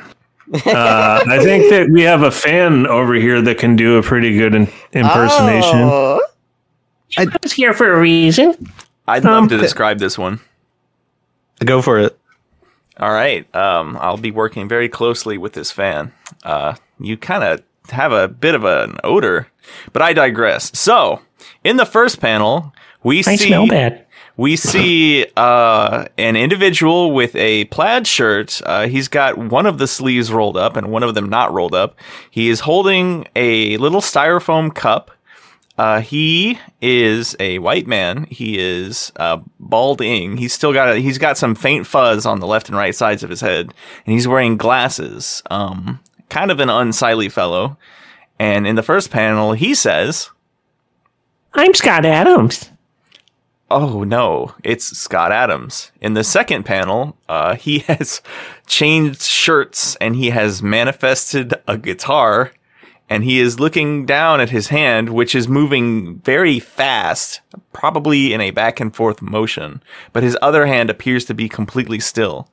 C: Uh, I think that we have a fan over here that can do a pretty good in- impersonation.
B: Oh.
E: I was here for a reason.
D: I'd
E: Um,
D: love to describe this one.
A: Go for it.
D: All right. Um, I'll be working very closely with this fan. Uh, you kind of have a bit of an odor, but I digress. So, in the first panel, we
E: I
D: see
E: smell bad.
D: we see uh, an individual with a plaid shirt. Uh, he's got one of the sleeves rolled up and one of them not rolled up. He is holding a little styrofoam cup. Uh, he is a white man. He is uh, balding. He's still got a, he's got some faint fuzz on the left and right sides of his head, and he's wearing glasses. Um, kind of an unsightly fellow. And in the first panel, he says,
E: I'm Scott Adams.
D: Oh no, it's Scott Adams. In the second panel, uh, he has changed shirts and he has manifested a guitar and he is looking down at his hand, which is moving very fast, probably in a back and forth motion, but his other hand appears to be completely still.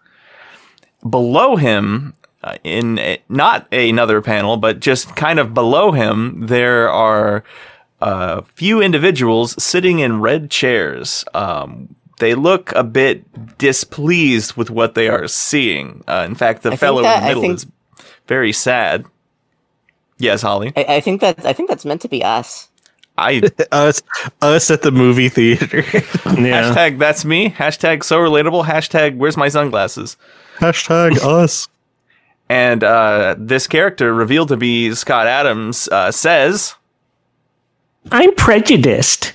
D: Below him, uh, in a, not another panel, but just kind of below him, there are a few individuals sitting in red chairs. Um, they look a bit displeased with what they are seeing. Uh, in fact, the
B: think
D: fellow
B: that-
D: in
B: I
D: the middle
B: think-
D: is very sad. Yes, Holly.
B: I, I think that I think that's meant to be us.
D: I
A: Us us at the movie theater.
C: Yeah.
D: hashtag that's me. Hashtag so relatable. Hashtag where's my sunglasses?
A: Hashtag us.
D: And uh, this character revealed to be Scott Adams uh, says,
E: I'm prejudiced.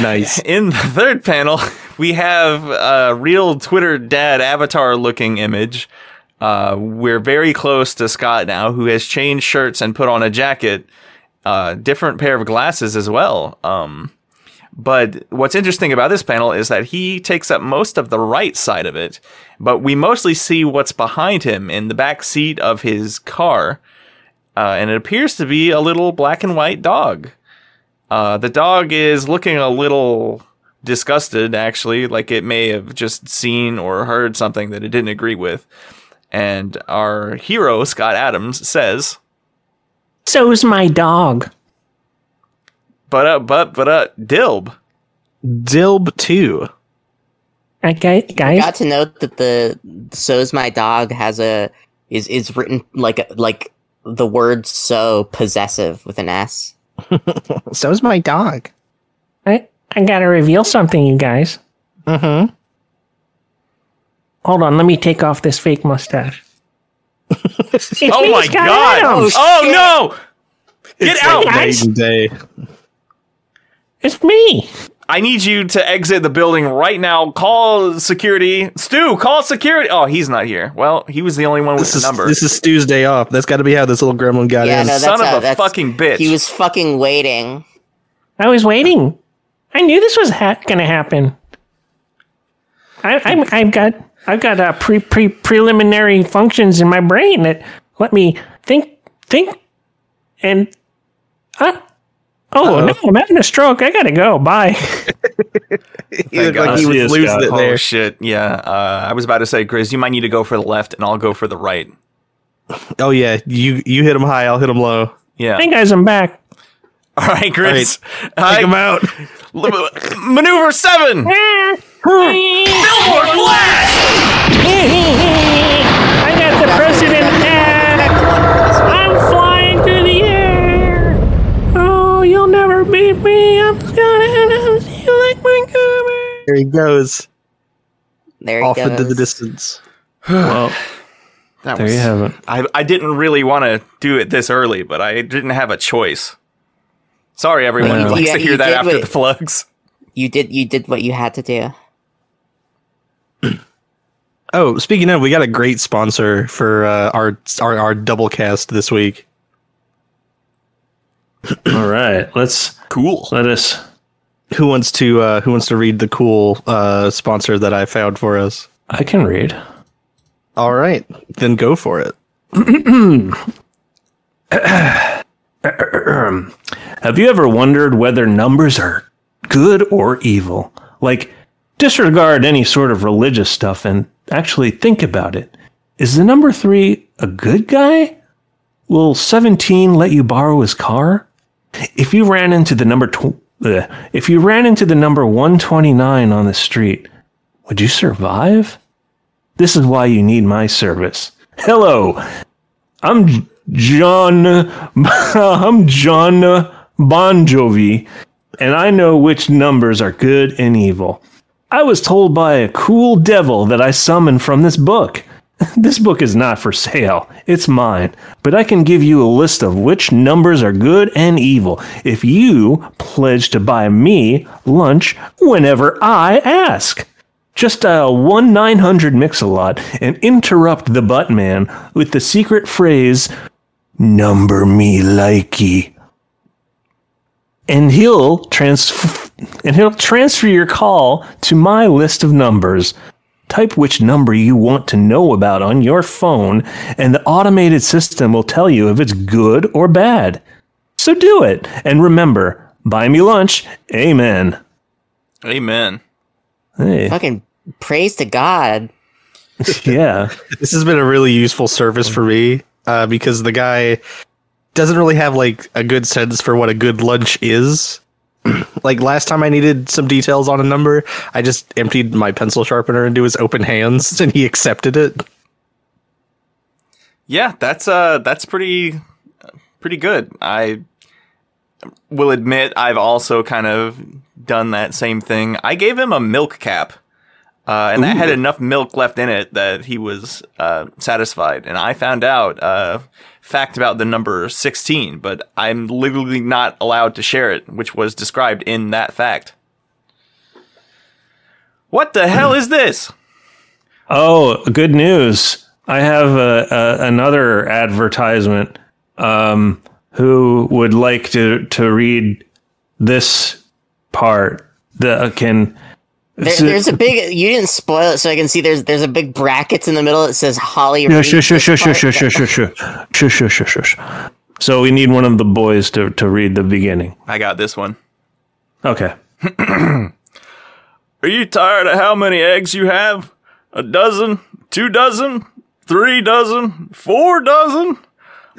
A: Nice.
D: in the third panel, we have a real Twitter dad avatar looking image. Uh, we're very close to Scott now, who has changed shirts and put on a jacket, uh, different pair of glasses as well. Um, but what's interesting about this panel is that he takes up most of the right side of it, but we mostly see what's behind him in the back seat of his car. Uh, and it appears to be a little black and white dog. Uh, the dog is looking a little disgusted, actually, like it may have just seen or heard something that it didn't agree with. And our hero, Scott Adams, says,
E: So's my dog.
D: but uh, but but uh, Dilb.
A: Dilb two.
E: Okay, guys.
B: Got to note that the "So's My Dog" has a is is written like a, like the word "so" possessive with an S.
A: So's my dog.
E: I, I gotta reveal something, you guys. Mm-hmm. Hold on, let me take off this fake mustache. It's
A: Oh
E: me, Scott Adams.
D: Oh, no! Get out!
E: like- Guys?
A: Maiden Day.
E: It's me.
D: I need you to exit the building right now. Call security, Stu. Call security. Oh, he's not here. Well, he was the only one with
A: This
D: the
A: is
D: number.
A: this is Stu's day off. That's gotta be how this little gremlin got
B: Yeah,
A: in.
B: no, that's
D: Son of
B: how-
D: a
B: that's-
D: fucking bitch.
B: He was fucking waiting.
E: I was waiting. I knew this was ha- gonna happen. I, I'm, I've got I've got uh, pre pre preliminary functions in my brain that let me think think and uh, oh no, I'm having a stroke. I gotta go. Bye.
A: he looked
D: God.
A: like he
C: See
A: was
C: us,
A: losing
C: guys.
A: it
D: Oh
A: there.
D: shit! Yeah, uh, I was about to say, Grizz, you might need to go for the left, and I'll go for the right.
A: Oh yeah, you you hit him high, I'll hit him low.
D: Yeah.
E: Hey guys, I'm back.
D: All right, Grizz.
A: Take him
D: All
A: out.
D: right. Maneuver seven.
E: I got the president hat. I'm flying through the air. Oh, you'll never beat me. I'm gonna end up you like my
A: There he goes.
B: There he
A: Off
B: goes.
A: into the distance.
C: Well,
D: That
C: There
D: was,
C: you have it.
D: I, I didn't really want to do it this early, but I didn't have a choice. Sorry, everyone
C: Yeah.
D: who
C: You-
D: likes to
B: you
D: hear that
B: did
D: after
B: what-
D: the plugs.
B: You did you did what you had to do.
A: Oh, speaking of, we got a great sponsor for uh, our, our our double cast this week.
C: All right, let's
D: Cool.
C: let us.
A: Who wants to uh, Who wants to read the cool uh, sponsor that I found for us?
C: I can read.
A: All right, then go for it.
C: Have you ever wondered whether numbers are good or evil? Like, disregard any sort of religious stuff and actually think about it. Is the number three a good guy? Will 17 let you borrow his car? If you ran into the number tw- uh, if you ran into the number 129 on the street, would you survive? This is why you need my service. Hello, I'm John. I'm John Bon Jovi, and I know which numbers are good and evil. I was told by a cool devil that I summoned from this book. This book is not for sale. It's mine. But I can give you a list of which numbers are good and evil if you pledge to buy me lunch whenever I ask. Just dial 1 900 Mix a Lot and interrupt the butt man with the secret phrase, Number me likey. And he'll trans- and he'll transfer your call to my list of numbers. Type which number you want to know about on your phone, and the automated system will tell you if it's good or bad. So do it. And remember, buy me lunch. Amen.
D: Amen.
C: Hey,
B: Fucking praise to God.
C: yeah.
A: This has been a really useful service for me uh, because the guy doesn't really have like a good sense for what a good lunch is. like last time I needed some details on a number, I just emptied my pencil sharpener into his open hands and he accepted it.
D: Yeah, that's uh that's pretty pretty good. I will admit I've also kind of done that same thing. I gave him a milk cap. Uh, and that had enough milk left in it that he was uh, satisfied. And I found out uh, fact about the number 16, but I'm literally not allowed to share it, which was described in that fact. What the hell is this?
C: Oh, good news. I have a, a, another advertisement um, who would like to, to read this part that can.
B: There, there's a big you didn't spoil it so I can see there's there's a big brackets in the middle that says Holly
C: Yeah,
B: read
C: sure, sure,
B: this
C: sure, sure,
B: part.
C: sure, sure, sure, sure, sure, sure, sure, sure, sure. So we need one of the boys to, to read the beginning.
D: I got this one.
C: Okay.
D: Are you tired of how many eggs you have? A dozen? Two dozen? Three dozen? Four dozen?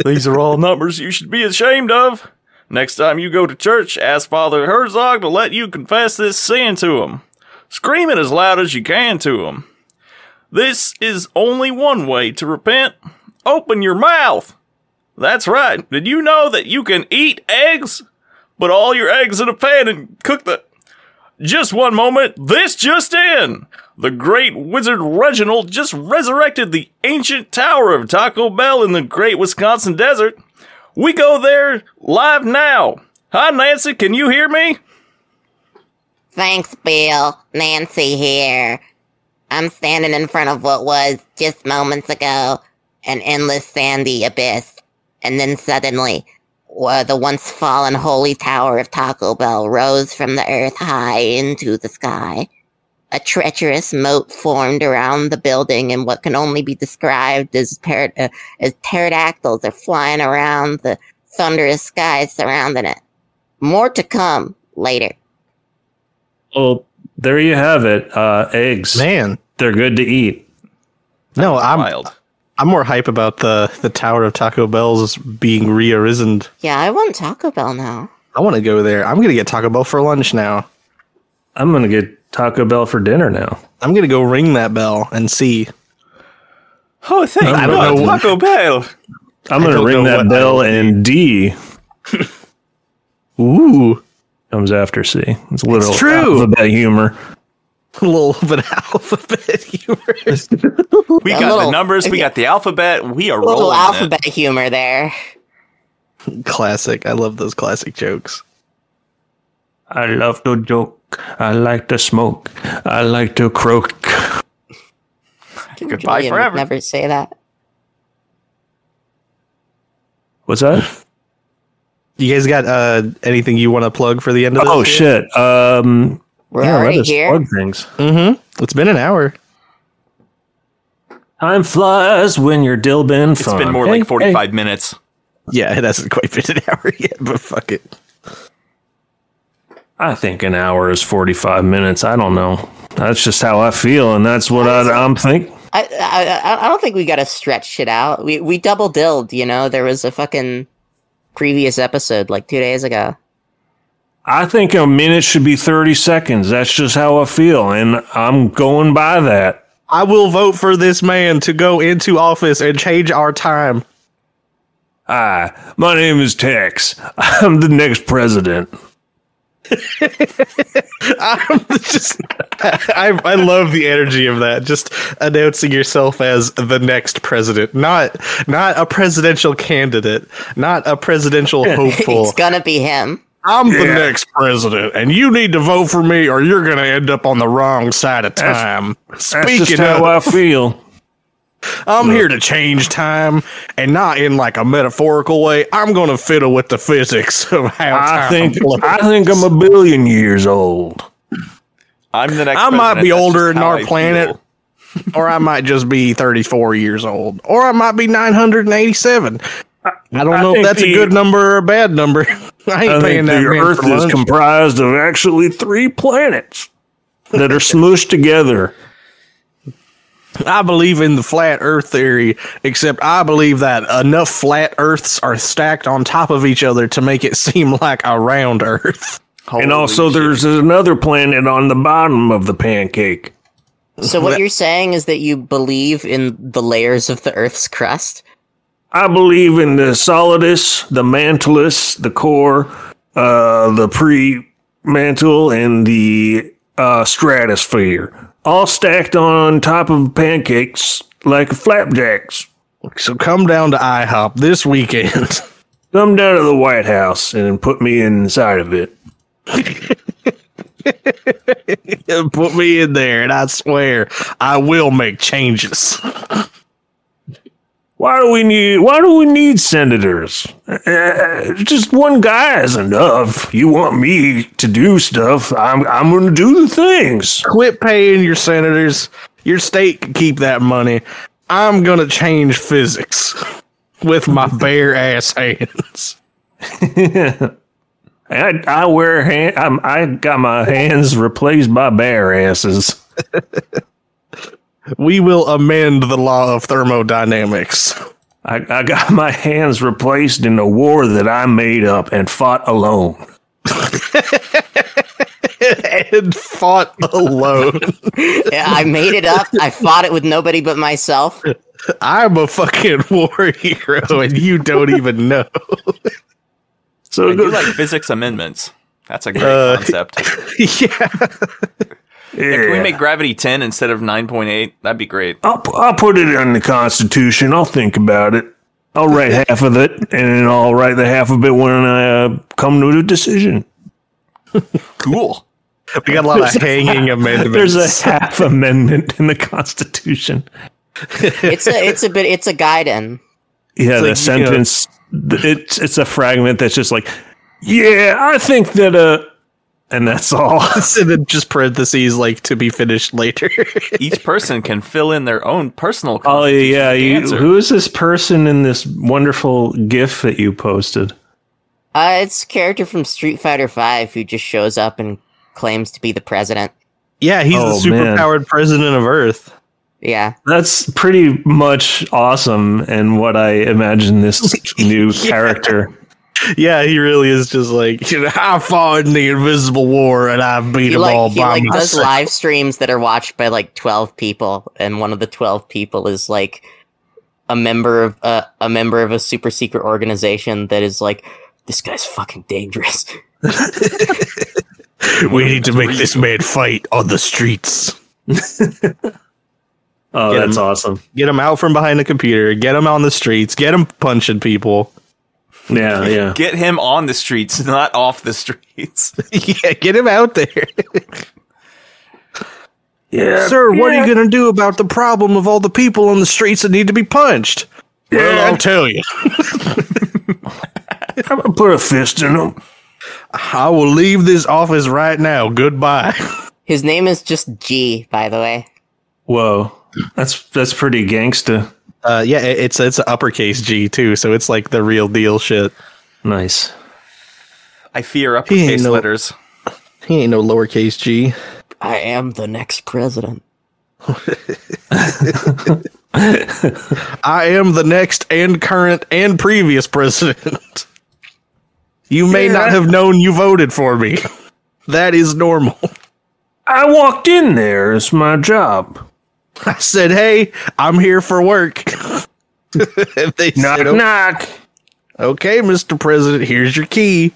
D: These are all numbers you should be ashamed of. Next time you go to church, ask Father Herzog to let you confess this sin to him. Scream it as loud as you can to him. This is only one way to repent. Open your mouth. That's right. Did you know that you can eat eggs? Put all your eggs in a pan and cook the just one moment, this just in! The great wizard Reginald just resurrected the ancient tower of Taco Bell in the great Wisconsin desert. We go there live now. Hi, Nancy, can you hear me?
B: Thanks, Bill. Nancy here. I'm standing in front of what was, just moments ago, an endless sandy abyss. And then suddenly, wha- the once fallen holy tower of Taco Bell rose from the earth high into the sky. A treacherous moat formed around the building in what can only be described as, pter- uh, as pterodactyls are flying around the thunderous sky surrounding it. More to come later.
C: Well, there you have it. Uh, eggs.
A: Man,
C: They're good to eat.
A: no, I'm
D: Wild.
A: I'm more hype about the the Tower of Taco Bell's being re-arisen.
B: Yeah, I want Taco Bell now.
A: I want to go there. I'm gonna get Taco Bell for lunch now.
C: I'm going to get Taco Bell for dinner now.
A: I'm gonna go ring that bell and see.
D: Oh, thank
C: I don't
D: God,
A: know-
D: Taco Bell!
C: I'm
A: I
C: going to
A: don't
C: ring
A: know
C: that
A: what
C: bell
A: I'll
C: and D.
A: Ooh.
C: comes after C. It's literally
A: true.
C: alphabet humor.
A: little bit of alphabet humor.
D: We
B: That
D: got
B: little-
D: the numbers. We got the alphabet. We are
B: Little
D: rolling. in it.
B: alphabet humor there.
A: classic. I love those classic jokes.
C: I love to joke. I like to smoke. I like to croak.
D: Goodbye
B: Julian would
D: forever.
B: Never say that.
C: What's that?
A: You guys got uh, anything you want to plug for the end of this?
C: Oh shit. Um
B: We're
C: yeah, let
B: already
C: us
B: here.
C: plug things.
A: Mm-hmm. It's been an hour.
C: Time flies when you're dilbin
D: It's been more like 45 minutes.
A: Yeah, it hasn't quite been an hour yet, but fuck it.
C: I think an hour is 45 minutes. I don't know. That's just how I feel and that's what I, I'm thinking.
B: I, I I- I don't think we gotta stretch shit out. We we double dilled, you know. There was a fucking previous episode like two days ago.
C: I think a minute should be 30 seconds. That's just how I feel and I'm going by that.
A: I will vote for this man to go into office and change our time.
C: Hi, my name is Tex. I'm the next president.
A: I'm just, I, I love the energy of that. Just announcing yourself as the next president, not not a presidential candidate, not a presidential hopeful.
B: It's gonna be him.
A: I'm the next president, and you need to vote for me, or you're going to end up on the wrong side of time.
C: That's
A: Speaking
C: just how
A: of,
C: I feel.
A: I'm here to change time, and not in like a metaphorical way. I'm going to fiddle with the physics of how
C: I
A: time
C: think
A: flows.
C: I think I'm a billion years old.
D: I'm the next.
A: I might be
D: president. That's
A: older
D: just
A: than
D: how
A: our
D: I
A: planet.
D: feel.
A: or I might just be 34 years old, or I might be 987. I don't
C: I
A: know if
C: think
A: that's a
C: the-
A: good number or a bad number. I ain't
C: I
A: paying
C: think the
A: that man
C: Earth
A: for
C: is
A: lunch.
C: comprised of actually three planets that are smooshed together.
A: I believe in the flat Earth theory, except I believe that enough flat Earths are stacked on top of each other to make it seem like a round Earth.
C: and
D: Holy
C: also,
D: shit.
C: there's another planet on the bottom of the pancake.
B: So what you're saying is that you believe in the layers of the Earth's crust.
C: I believe in the solidus, the mantlus, the core, uh, the pre mantle, and the uh, stratosphere, all stacked on top of pancakes like flapjacks.
A: So come down to IHOP this weekend.
C: Come down to the White House and put me inside of it.
A: Put me in there, and I swear I will make changes.
C: Why do we need? Why do we need senators? Uh, just one guy is enough. You want me to do stuff? I'm I'm going to do the things.
A: Quit paying your senators. Your state can keep that money. I'm gonna change physics with my bare ass hands.
C: I, I wear hand. I'm, I got my hands replaced by bare asses.
A: We will amend the law of thermodynamics.
C: I, I got my hands replaced in a war that I made up and fought alone.
A: and fought alone.
B: Yeah, I made it up. I fought it with nobody but myself.
A: I'm a fucking war hero, and you don't even know.
C: So
D: I do
C: good.
D: like physics amendments. That's a great
A: Uh,
D: concept.
A: yeah,
D: Can we
C: yeah.
D: make gravity 10 instead of 9.8? That'd be great.
C: I'll, pu- I'll put it in the Constitution. I'll think about it. I'll write half of it, and then I'll write the half of it when I uh, come to a decision.
D: Cool.
A: we got a lot of hanging amendments.
C: There's a half amendment in the Constitution.
B: It's a it's a bit it's a Gaiden.
C: Yeah, the
A: It's like, you know-
C: sentence. th- It's it's a fragment that's just like, yeah, I think that uh, and that's all.
A: and then just parentheses like to be finished later.
D: Each person can fill in their own personal.
C: Oh yeah, you,
D: answer.
C: who is this person in this wonderful GIF that you posted?
B: Uh, it's a character from Street Fighter Five who just shows up and claims to be the president.
A: yeah, he's
C: Oh,
A: the
C: man.
A: superpowered president of Earth.
B: Yeah,
C: That's pretty much awesome, and what I imagine this new character.
A: Yeah, he really is just like you know, I fought in the Invisible War and I beat
B: he
A: them all
B: like he
A: by
B: like does
A: myself.
B: live streams that are watched by like twelve people, and one of the twelve people is like a member of uh, a member of a super secret organization that is like this guy's fucking dangerous.
A: we need to make this man fight on the streets.
C: Oh,
A: Get
C: that's
A: him.
C: awesome.
A: Get him out from behind the computer. Get him on the streets. Get him punching people.
C: Yeah, yeah.
D: Get him on the streets, not off the streets.
A: yeah, get him out there.
C: yeah.
A: Sir, what are
E: Yeah.
A: you going to do about the problem of all the people on the streets that need to be punched? Well, I'll tell you.
C: I'm gonna put a fist in him.
A: I will leave this office right now. Goodbye.
B: His name is just G, by the way.
C: Whoa. That's that's pretty gangsta.
A: Uh, yeah, it- it's it's a uppercase G too, so it's like the real deal shit.
C: Nice.
D: I fear uppercase
A: no-
D: letters.
A: He ain't no lowercase G.
B: I am the next president.
A: I am the next and current and previous president. You may not have known you voted for me. That is normal.
C: I walked in there. It's my job.
A: I said, "Hey, I'm here for work." And they
C: Knock
A: said, "O-
C: knock.
A: "Okay, Mr. President, here's your key."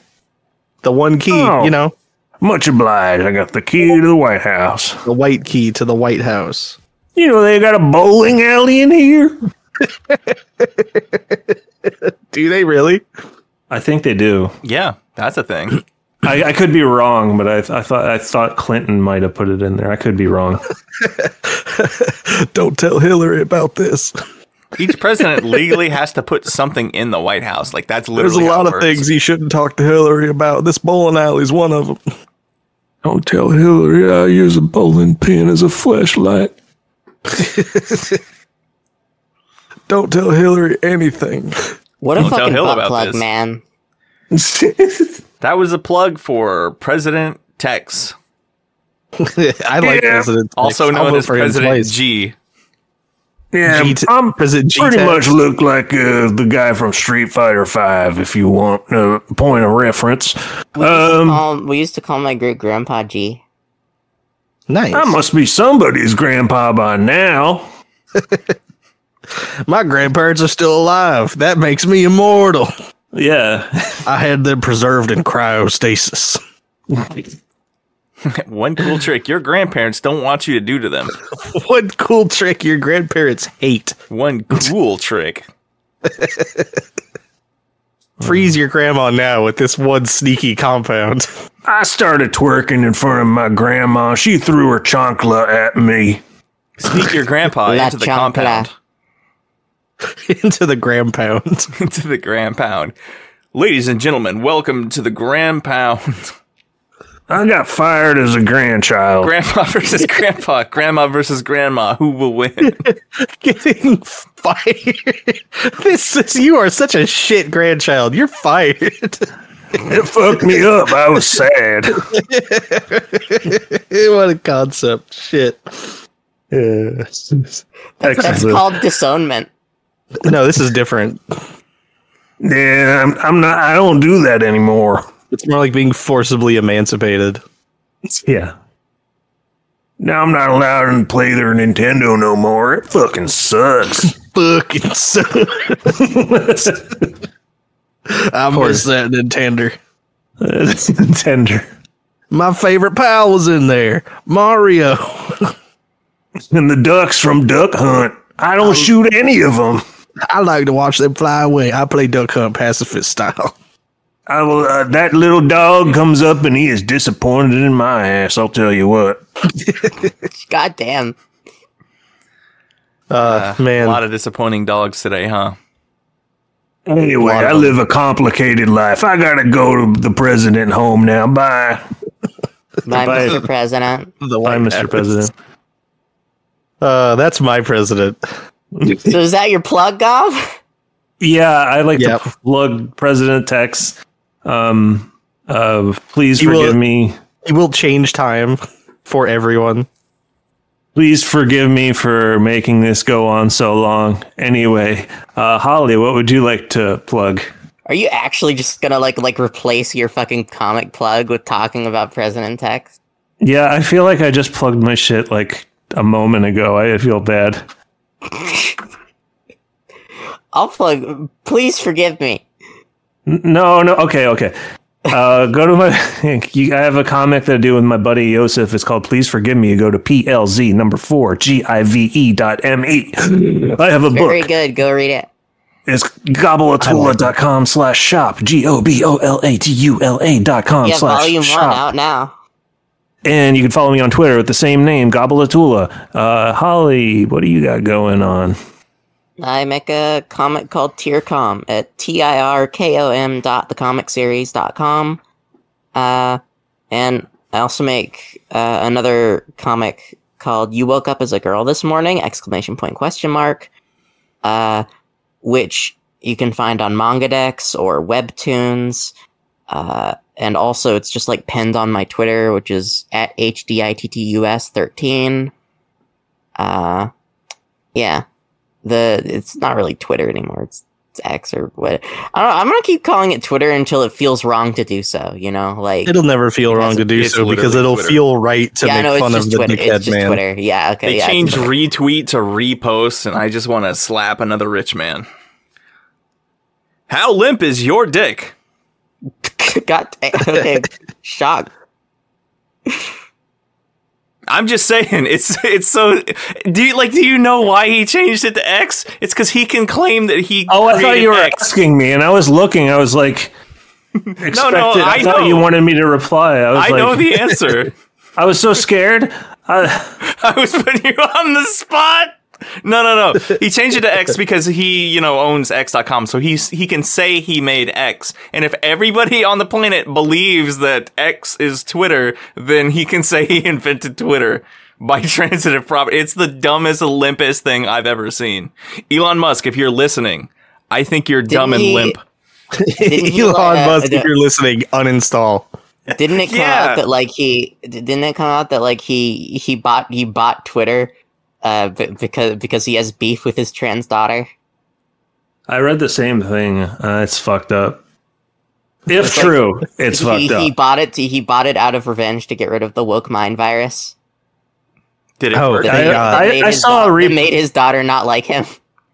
A: The one key,
C: Oh.
A: you know,
C: Much obliged. I got the key to the White House.
A: the white key to the White House.
C: You know they got a bowling alley in here.
A: Do they really?
C: I think they do.
D: Yeah, that's a thing.
C: I, I could be wrong, but I, I thought I thought Clinton might have put it in there. I could be wrong.
A: Don't tell Hillary about this.
D: Each president legally has to put something in the White House. Like that's
A: There's
D: literally
A: a
D: how
A: lot
D: it
A: of
D: works.
A: things you shouldn't talk to Hillary about. This bowling alley is one of them.
F: Don't tell Hillary I use a bowling pin as a flashlight.
A: Don't tell Hillary anything.
B: What a
D: Don't tell
B: fucking
D: Hill
B: butt
D: about
B: plug,
D: this.
B: man.
D: That was a plug for President Tex,
A: I like President. Tex.
D: also
A: I'll
D: known
A: vote
D: as
A: for him
D: President
A: twice.
D: G.
C: Yeah,
A: G-
C: I'm
A: President G
C: pretty
A: Tex.
C: much look like uh, the guy from Street Fighter Five, if you want a point of reference. Um,
B: Um, we used to call my great grandpa G.
A: Nice.
C: I must be somebody's grandpa by now.
A: My grandparents are still alive. That makes me immortal.
C: Yeah,
A: I had them preserved in cryostasis.
D: One cool trick your grandparents don't want you to do to them.
A: What cool trick your grandparents hate?
D: One cool trick.
A: Freeze your grandma now with this one sneaky compound.
C: I started twerking in front of my grandma. She threw her chancla at me.
D: Sneak your grandpa
B: La
D: into the
B: chancla.
D: compound.
A: into the grandpound.
D: Into the grand pound. Ladies and gentlemen, welcome to the grand pound.
C: I got fired as a grandchild.
D: Grandpa versus grandpa. Grandma versus grandma. Who will win?
A: Getting fired. this is you are such a shit grandchild. You're fired.
C: it fucked me up. I was sad.
A: what a concept. Shit.
B: That's
C: Excellent.
B: called disownment.
A: No, this is different.
C: Yeah, I'm, I'm not. I don't do that anymore.
A: It's more like being forcibly emancipated.
C: Yeah. Now I'm not allowed to play their Nintendo no more. It fucking sucks.
A: Fucking so. I miss that Nintendo.
C: Nintendo.
A: My favorite pal was in there, Mario.
C: And the ducks from Duck Hunt. I
A: Oh.
C: don't shoot any of them.
A: I like to watch them fly away. I play Duck Hunt pacifist style.
C: I will, uh, that little dog comes up and he is disappointed in my ass. I'll tell you what.
B: God damn.
A: Uh,
D: A
A: man,
D: lot of disappointing dogs today, huh?
C: Anyway, I live a complicated life. I gotta go to the president home now. Bye.
B: Bye,
C: Goodbye.
B: Mr. President.
A: the
C: Bye,
A: white
C: Mr.
A: habits.
C: President.
A: Uh, that's my president.
B: So is that your plug, Gob?
C: Yeah, I like
A: Yep.
C: to plug President Tex. Um, uh, please
A: He will-
C: forgive me.
A: He will change time for everyone.
C: Please forgive me for making this go on so long. Anyway, uh, Holly, what would you like to plug?
B: Are you actually just gonna like like replace your fucking comic plug with talking about President Tex?
C: Yeah, I feel like I just plugged my shit like a moment ago. I feel bad.
B: I'll plug. Please forgive me.
C: No, no. Okay, okay. Uh, go to my. You, I have a comic that I do with my buddy Yosef. It's called "Please Forgive Me." You go to plz number four g i v e dot m e. I have a
B: Very
C: book.
B: good. Go read it.
C: It's gobbleatula.com slash shop g o b o l a t u l a dot com
B: Yeah, volume
C: slash
B: one
C: shop.
B: out now.
C: And you can follow me on Twitter with the same name, Gobbleatula. Uh, Holly, what do you got going on?
B: I make a comic called Tiercom at T I R K O M dot thecomicseries.com. Uh, and I also make uh, another comic called You Woke Up as a Girl This Morning, exclamation point question mark. Uh, which you can find on Mongadex or Webtoons. Uh, and also it's just like pinned on my Twitter, which is at HDITTUS13. Uh, yeah the it's not really Twitter anymore. It's, it's X or what. I don't, I'm gonna keep calling it Twitter until it feels wrong to do so. You know, like
A: It'll never feel wrong to do
D: it's
A: so because
D: literally
A: it'll
D: Twitter.
A: feel right to
B: yeah, I know
A: make
B: it's
A: fun of
B: just
A: the
B: Twitter. It's
A: dickhead
B: just
A: man.
B: Twitter. Yeah, okay.
D: They
B: yeah, it's
D: changed
B: Twitter.
D: retweet to repost, and I just want to slap another rich man. How limp is your dick?
B: God damn. Okay, shock.
D: I'm just saying, it's it's so. Do you like? Do you know why he changed it to X? It's because he can claim that he.
C: Oh, I thought
D: created
C: you were
D: X.
C: asking me, and I was looking. I was like, expected. I,
D: I
C: thought
D: know.
C: you wanted me to reply. I was
D: I
C: like,
D: know the answer.
C: I was so scared. I,
D: I was putting you on the spot. No, no, no. He changed it to X because he, you know, owns X.com, so he's he can say he made X. And if everybody on the planet believes that X is Twitter, then he can say he invented Twitter by transitive property. It's the dumbest, limpest thing I've ever seen. Elon Musk, if you're listening, I think you're dumb and
B: he-
D: limp.
B: Didn't he,
A: Elon
B: like, uh,
A: Musk,
B: d-
A: if you're listening, uninstall.
B: Didn't it come
D: Yeah.
B: out that like he? d- Didn't it come out that like he he bought he bought Twitter, uh, b- because because he has beef with his trans daughter.
C: I read the same thing. Uh, it's fucked up. If true, it's
B: he,
C: fucked
B: he
C: up.
B: bought it. To, he bought it out of revenge to get rid of the woke mind virus.
D: Did it
A: Oh,
D: work?
A: thank
C: I-
A: God.
B: That made
C: I
B: his
C: saw a
B: da- that
C: rep-
B: made his daughter not like him.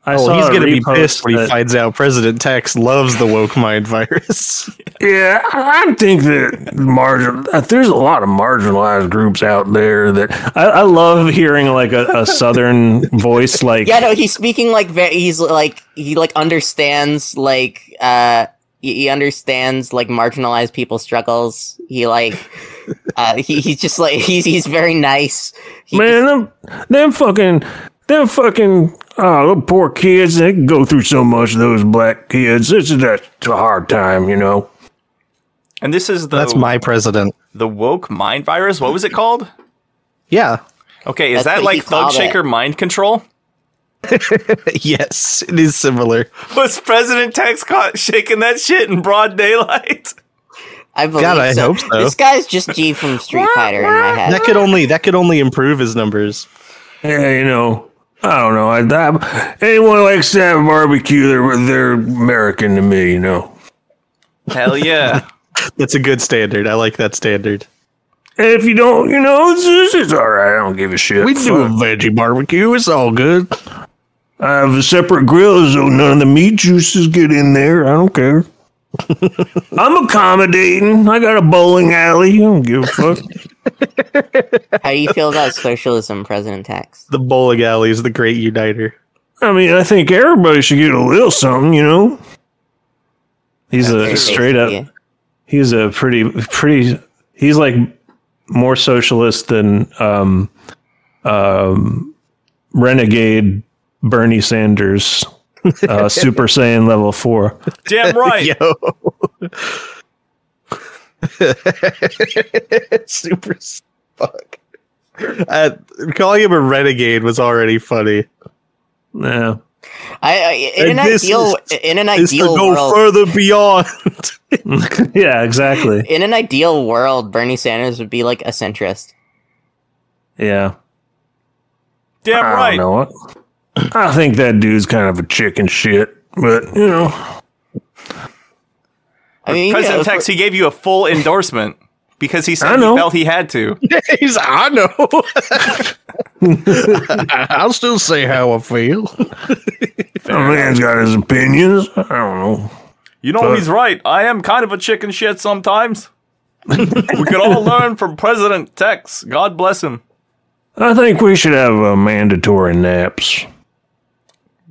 C: I
A: Oh,
C: saw
A: he's
C: a
A: gonna be
C: repost
A: pissed when he
C: that-
A: finds out President Tex loves the woke mind virus.
C: Yeah, I I think that margin. uh, There's a lot of marginalized groups out there that I, I love hearing like a, a southern voice. Like,
B: Yeah, no, he's speaking like very. He's like he like understands like uh he, he understands like marginalized people's struggles. He like uh he, he's just like he's he's very nice. He
C: man, them, them fucking, them fucking, oh, them poor kids. They go through so much. Those black kids. This is a, a hard time, you know.
D: And this is the
A: That's my president.
D: the woke mind virus. What was it called?
A: Yeah.
D: Okay,
B: That's
D: is that
B: what
D: like
B: he called
D: Thug Shaker
B: it.
D: mind control?
A: Yes, it is similar.
D: Was President Tex caught shaking that shit in broad daylight?
B: I believe
A: God, I
B: so.
A: hope so.
B: This guy's just G from Street Fighter in my head.
A: That could only that could only improve his numbers.
C: Yeah, you know. I don't know. I, I, anyone likes to have barbecue, they're, they're American to me, you know.
D: Hell yeah.
A: That's a good standard. I like that standard.
C: And if you don't, you know, it's, it's, it's all right. I don't give a shit. Fuck.
A: veggie barbecue. It's all good.
C: I have a separate grill, so none of the meat juices get in there. I don't care. I'm accommodating. I got a bowling alley. I don't give a fuck.
B: How do you feel about socialism, President Tex?
A: The bowling alley is the great uniter.
C: I mean, I think everybody should get a little something, you know. He's a straight
B: Yeah.
C: up. He's a pretty, pretty. He's like more socialist than um, um, renegade Bernie Sanders, uh, Super Saiyan level four.
D: Damn right.
A: Yo. Super s- fuck. Uh, calling him a renegade was already funny.
C: Yeah.
B: I, I in an
A: And this
B: ideal
A: is-
B: in an
A: It's to
B: ideal
A: go
B: world.
A: further beyond.
C: yeah, exactly.
B: in an ideal world, Bernie Sanders would be like a centrist.
C: Yeah.
D: Damn
C: I
D: right.
C: don't know. I think that dude's kind of a chicken shit, but you know,
B: I mean, you know,
D: President
B: if we're-
D: Tex, he gave you a full endorsement because he
C: I
D: said he
C: know.
D: felt he had to.
A: He's, I know. I'll still say how I feel.
C: a man's got his opinions. I don't know.
D: You know, he's right. I am kind of a chicken shit sometimes. we could all learn from President Tex. God bless him.
C: I think we should have uh, mandatory naps.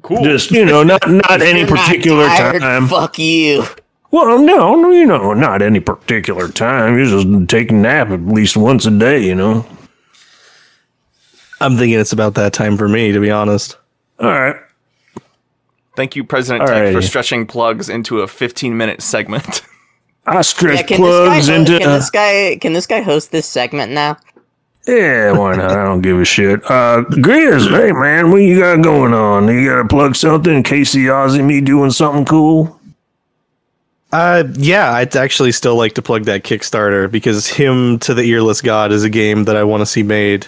D: Cool.
C: Just you know, not not any
B: You're not
C: particular
B: tired?
C: time.
B: Fuck you.
C: Well, no, no, you know, not any particular time. You just take a nap at least once a day. You know.
A: I'm thinking it's about that time for me, to be honest.
C: All right.
D: Thank you, President Tex, for
C: Alrighty.
D: stretching plugs into a 15 minute segment.
C: I stretch
B: Yeah, can this
C: plugs
B: guy,
C: into.
B: can this guy can this guy host this segment now?
C: Yeah, why not? I don't give a shit. Uh, Greers, hey man, what you got going on? You gotta plug something in case the Aussie me doing something cool?
A: Uh, yeah, I'd actually still like to plug that Kickstarter because Hymn to the Earless God is a game that I want to see made.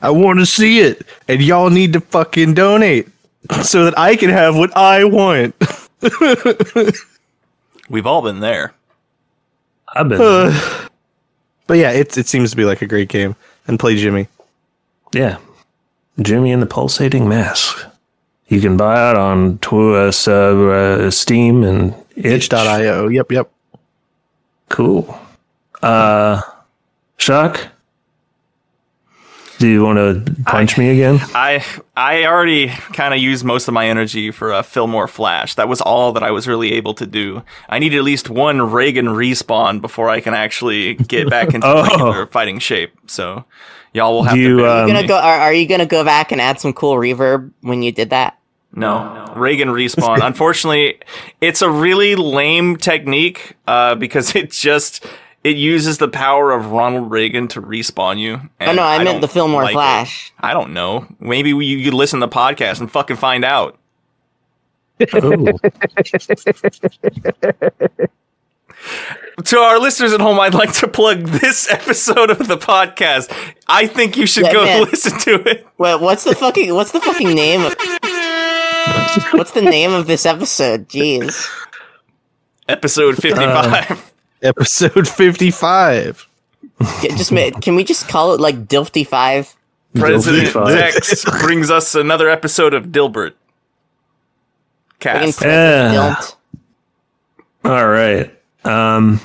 A: I want to see it, and y'all need to fucking donate so that I can have what I want.
D: We've all been there.
C: I've been.
A: But yeah, it it seems to be like a great game. And play Jimmy.
C: yeah. Jimmy and the Pulsating Mask. You can buy it on tw- uh, s- uh, uh, Steam and itch.
A: Itch.io. Yep, yep.
C: Cool. Uh, Shock? Do you want to punch me again?
D: I I already kind of used most of my energy for a Fillmore Flash. That was all that I was really able to do. I need at least one Reagan respawn before I can actually get back into
C: Oh.
D: regular fighting shape. So y'all will have
C: Do
D: to.
C: you,
D: bear
C: um,
D: with
B: Gonna
D: me.
B: go? Are, are you gonna go back and add some cool reverb when you did that?
D: No, Reagan respawn. Unfortunately, it's a really lame technique uh, because it just it uses the power of Ronald Reagan to respawn you.
B: Oh
D: and
B: no, I, meant
D: don't
B: the Fillmore
D: like it.
B: Flash.
D: I don't know. Maybe we, you could listen to the podcast and fucking find out.
C: Oh.
D: To our listeners at home, I'd like to plug this episode of the podcast. I think you should
B: Yeah,
D: go
B: man.
D: listen to it.
B: Wait, what's the fucking what's the fucking name? Of, what's the name of this episode? Jeez.
D: Episode 55.
A: Episode 55.
B: J- Just ma- can we just call it like Dilfty Five?
D: President
C: Dilbert.
D: Dex brings us another episode of Dilbert.
B: Fucking
D: Cast.
B: President
C: Yeah.
B: Dilft.
C: All right. Um,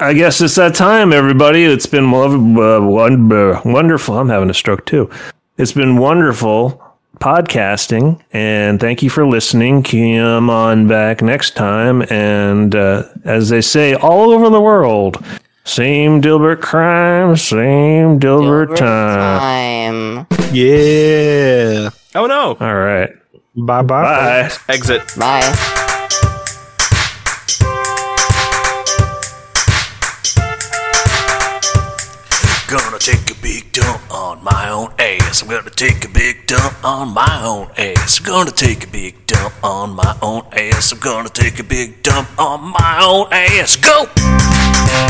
C: I guess it's that time, everybody. It's been lov- uh, won- uh, wonderful. I'm having a stroke too. It's been wonderful podcasting, and thank you for listening. Come on back next time, and uh, as they say all over the world, same Dilbert crime, same Dilbert,
B: Dilbert
C: time.
B: time.
A: Yeah.
D: Oh no.
C: All right.
A: Bye bye.
C: Bye.
D: Exit.
B: Bye.
H: Gonna take a big dump on my own ass. I'm gonna take a big dump on my own ass. I'm gonna take a big dump on my own ass. I'm gonna take a big dump on my own ass. Go!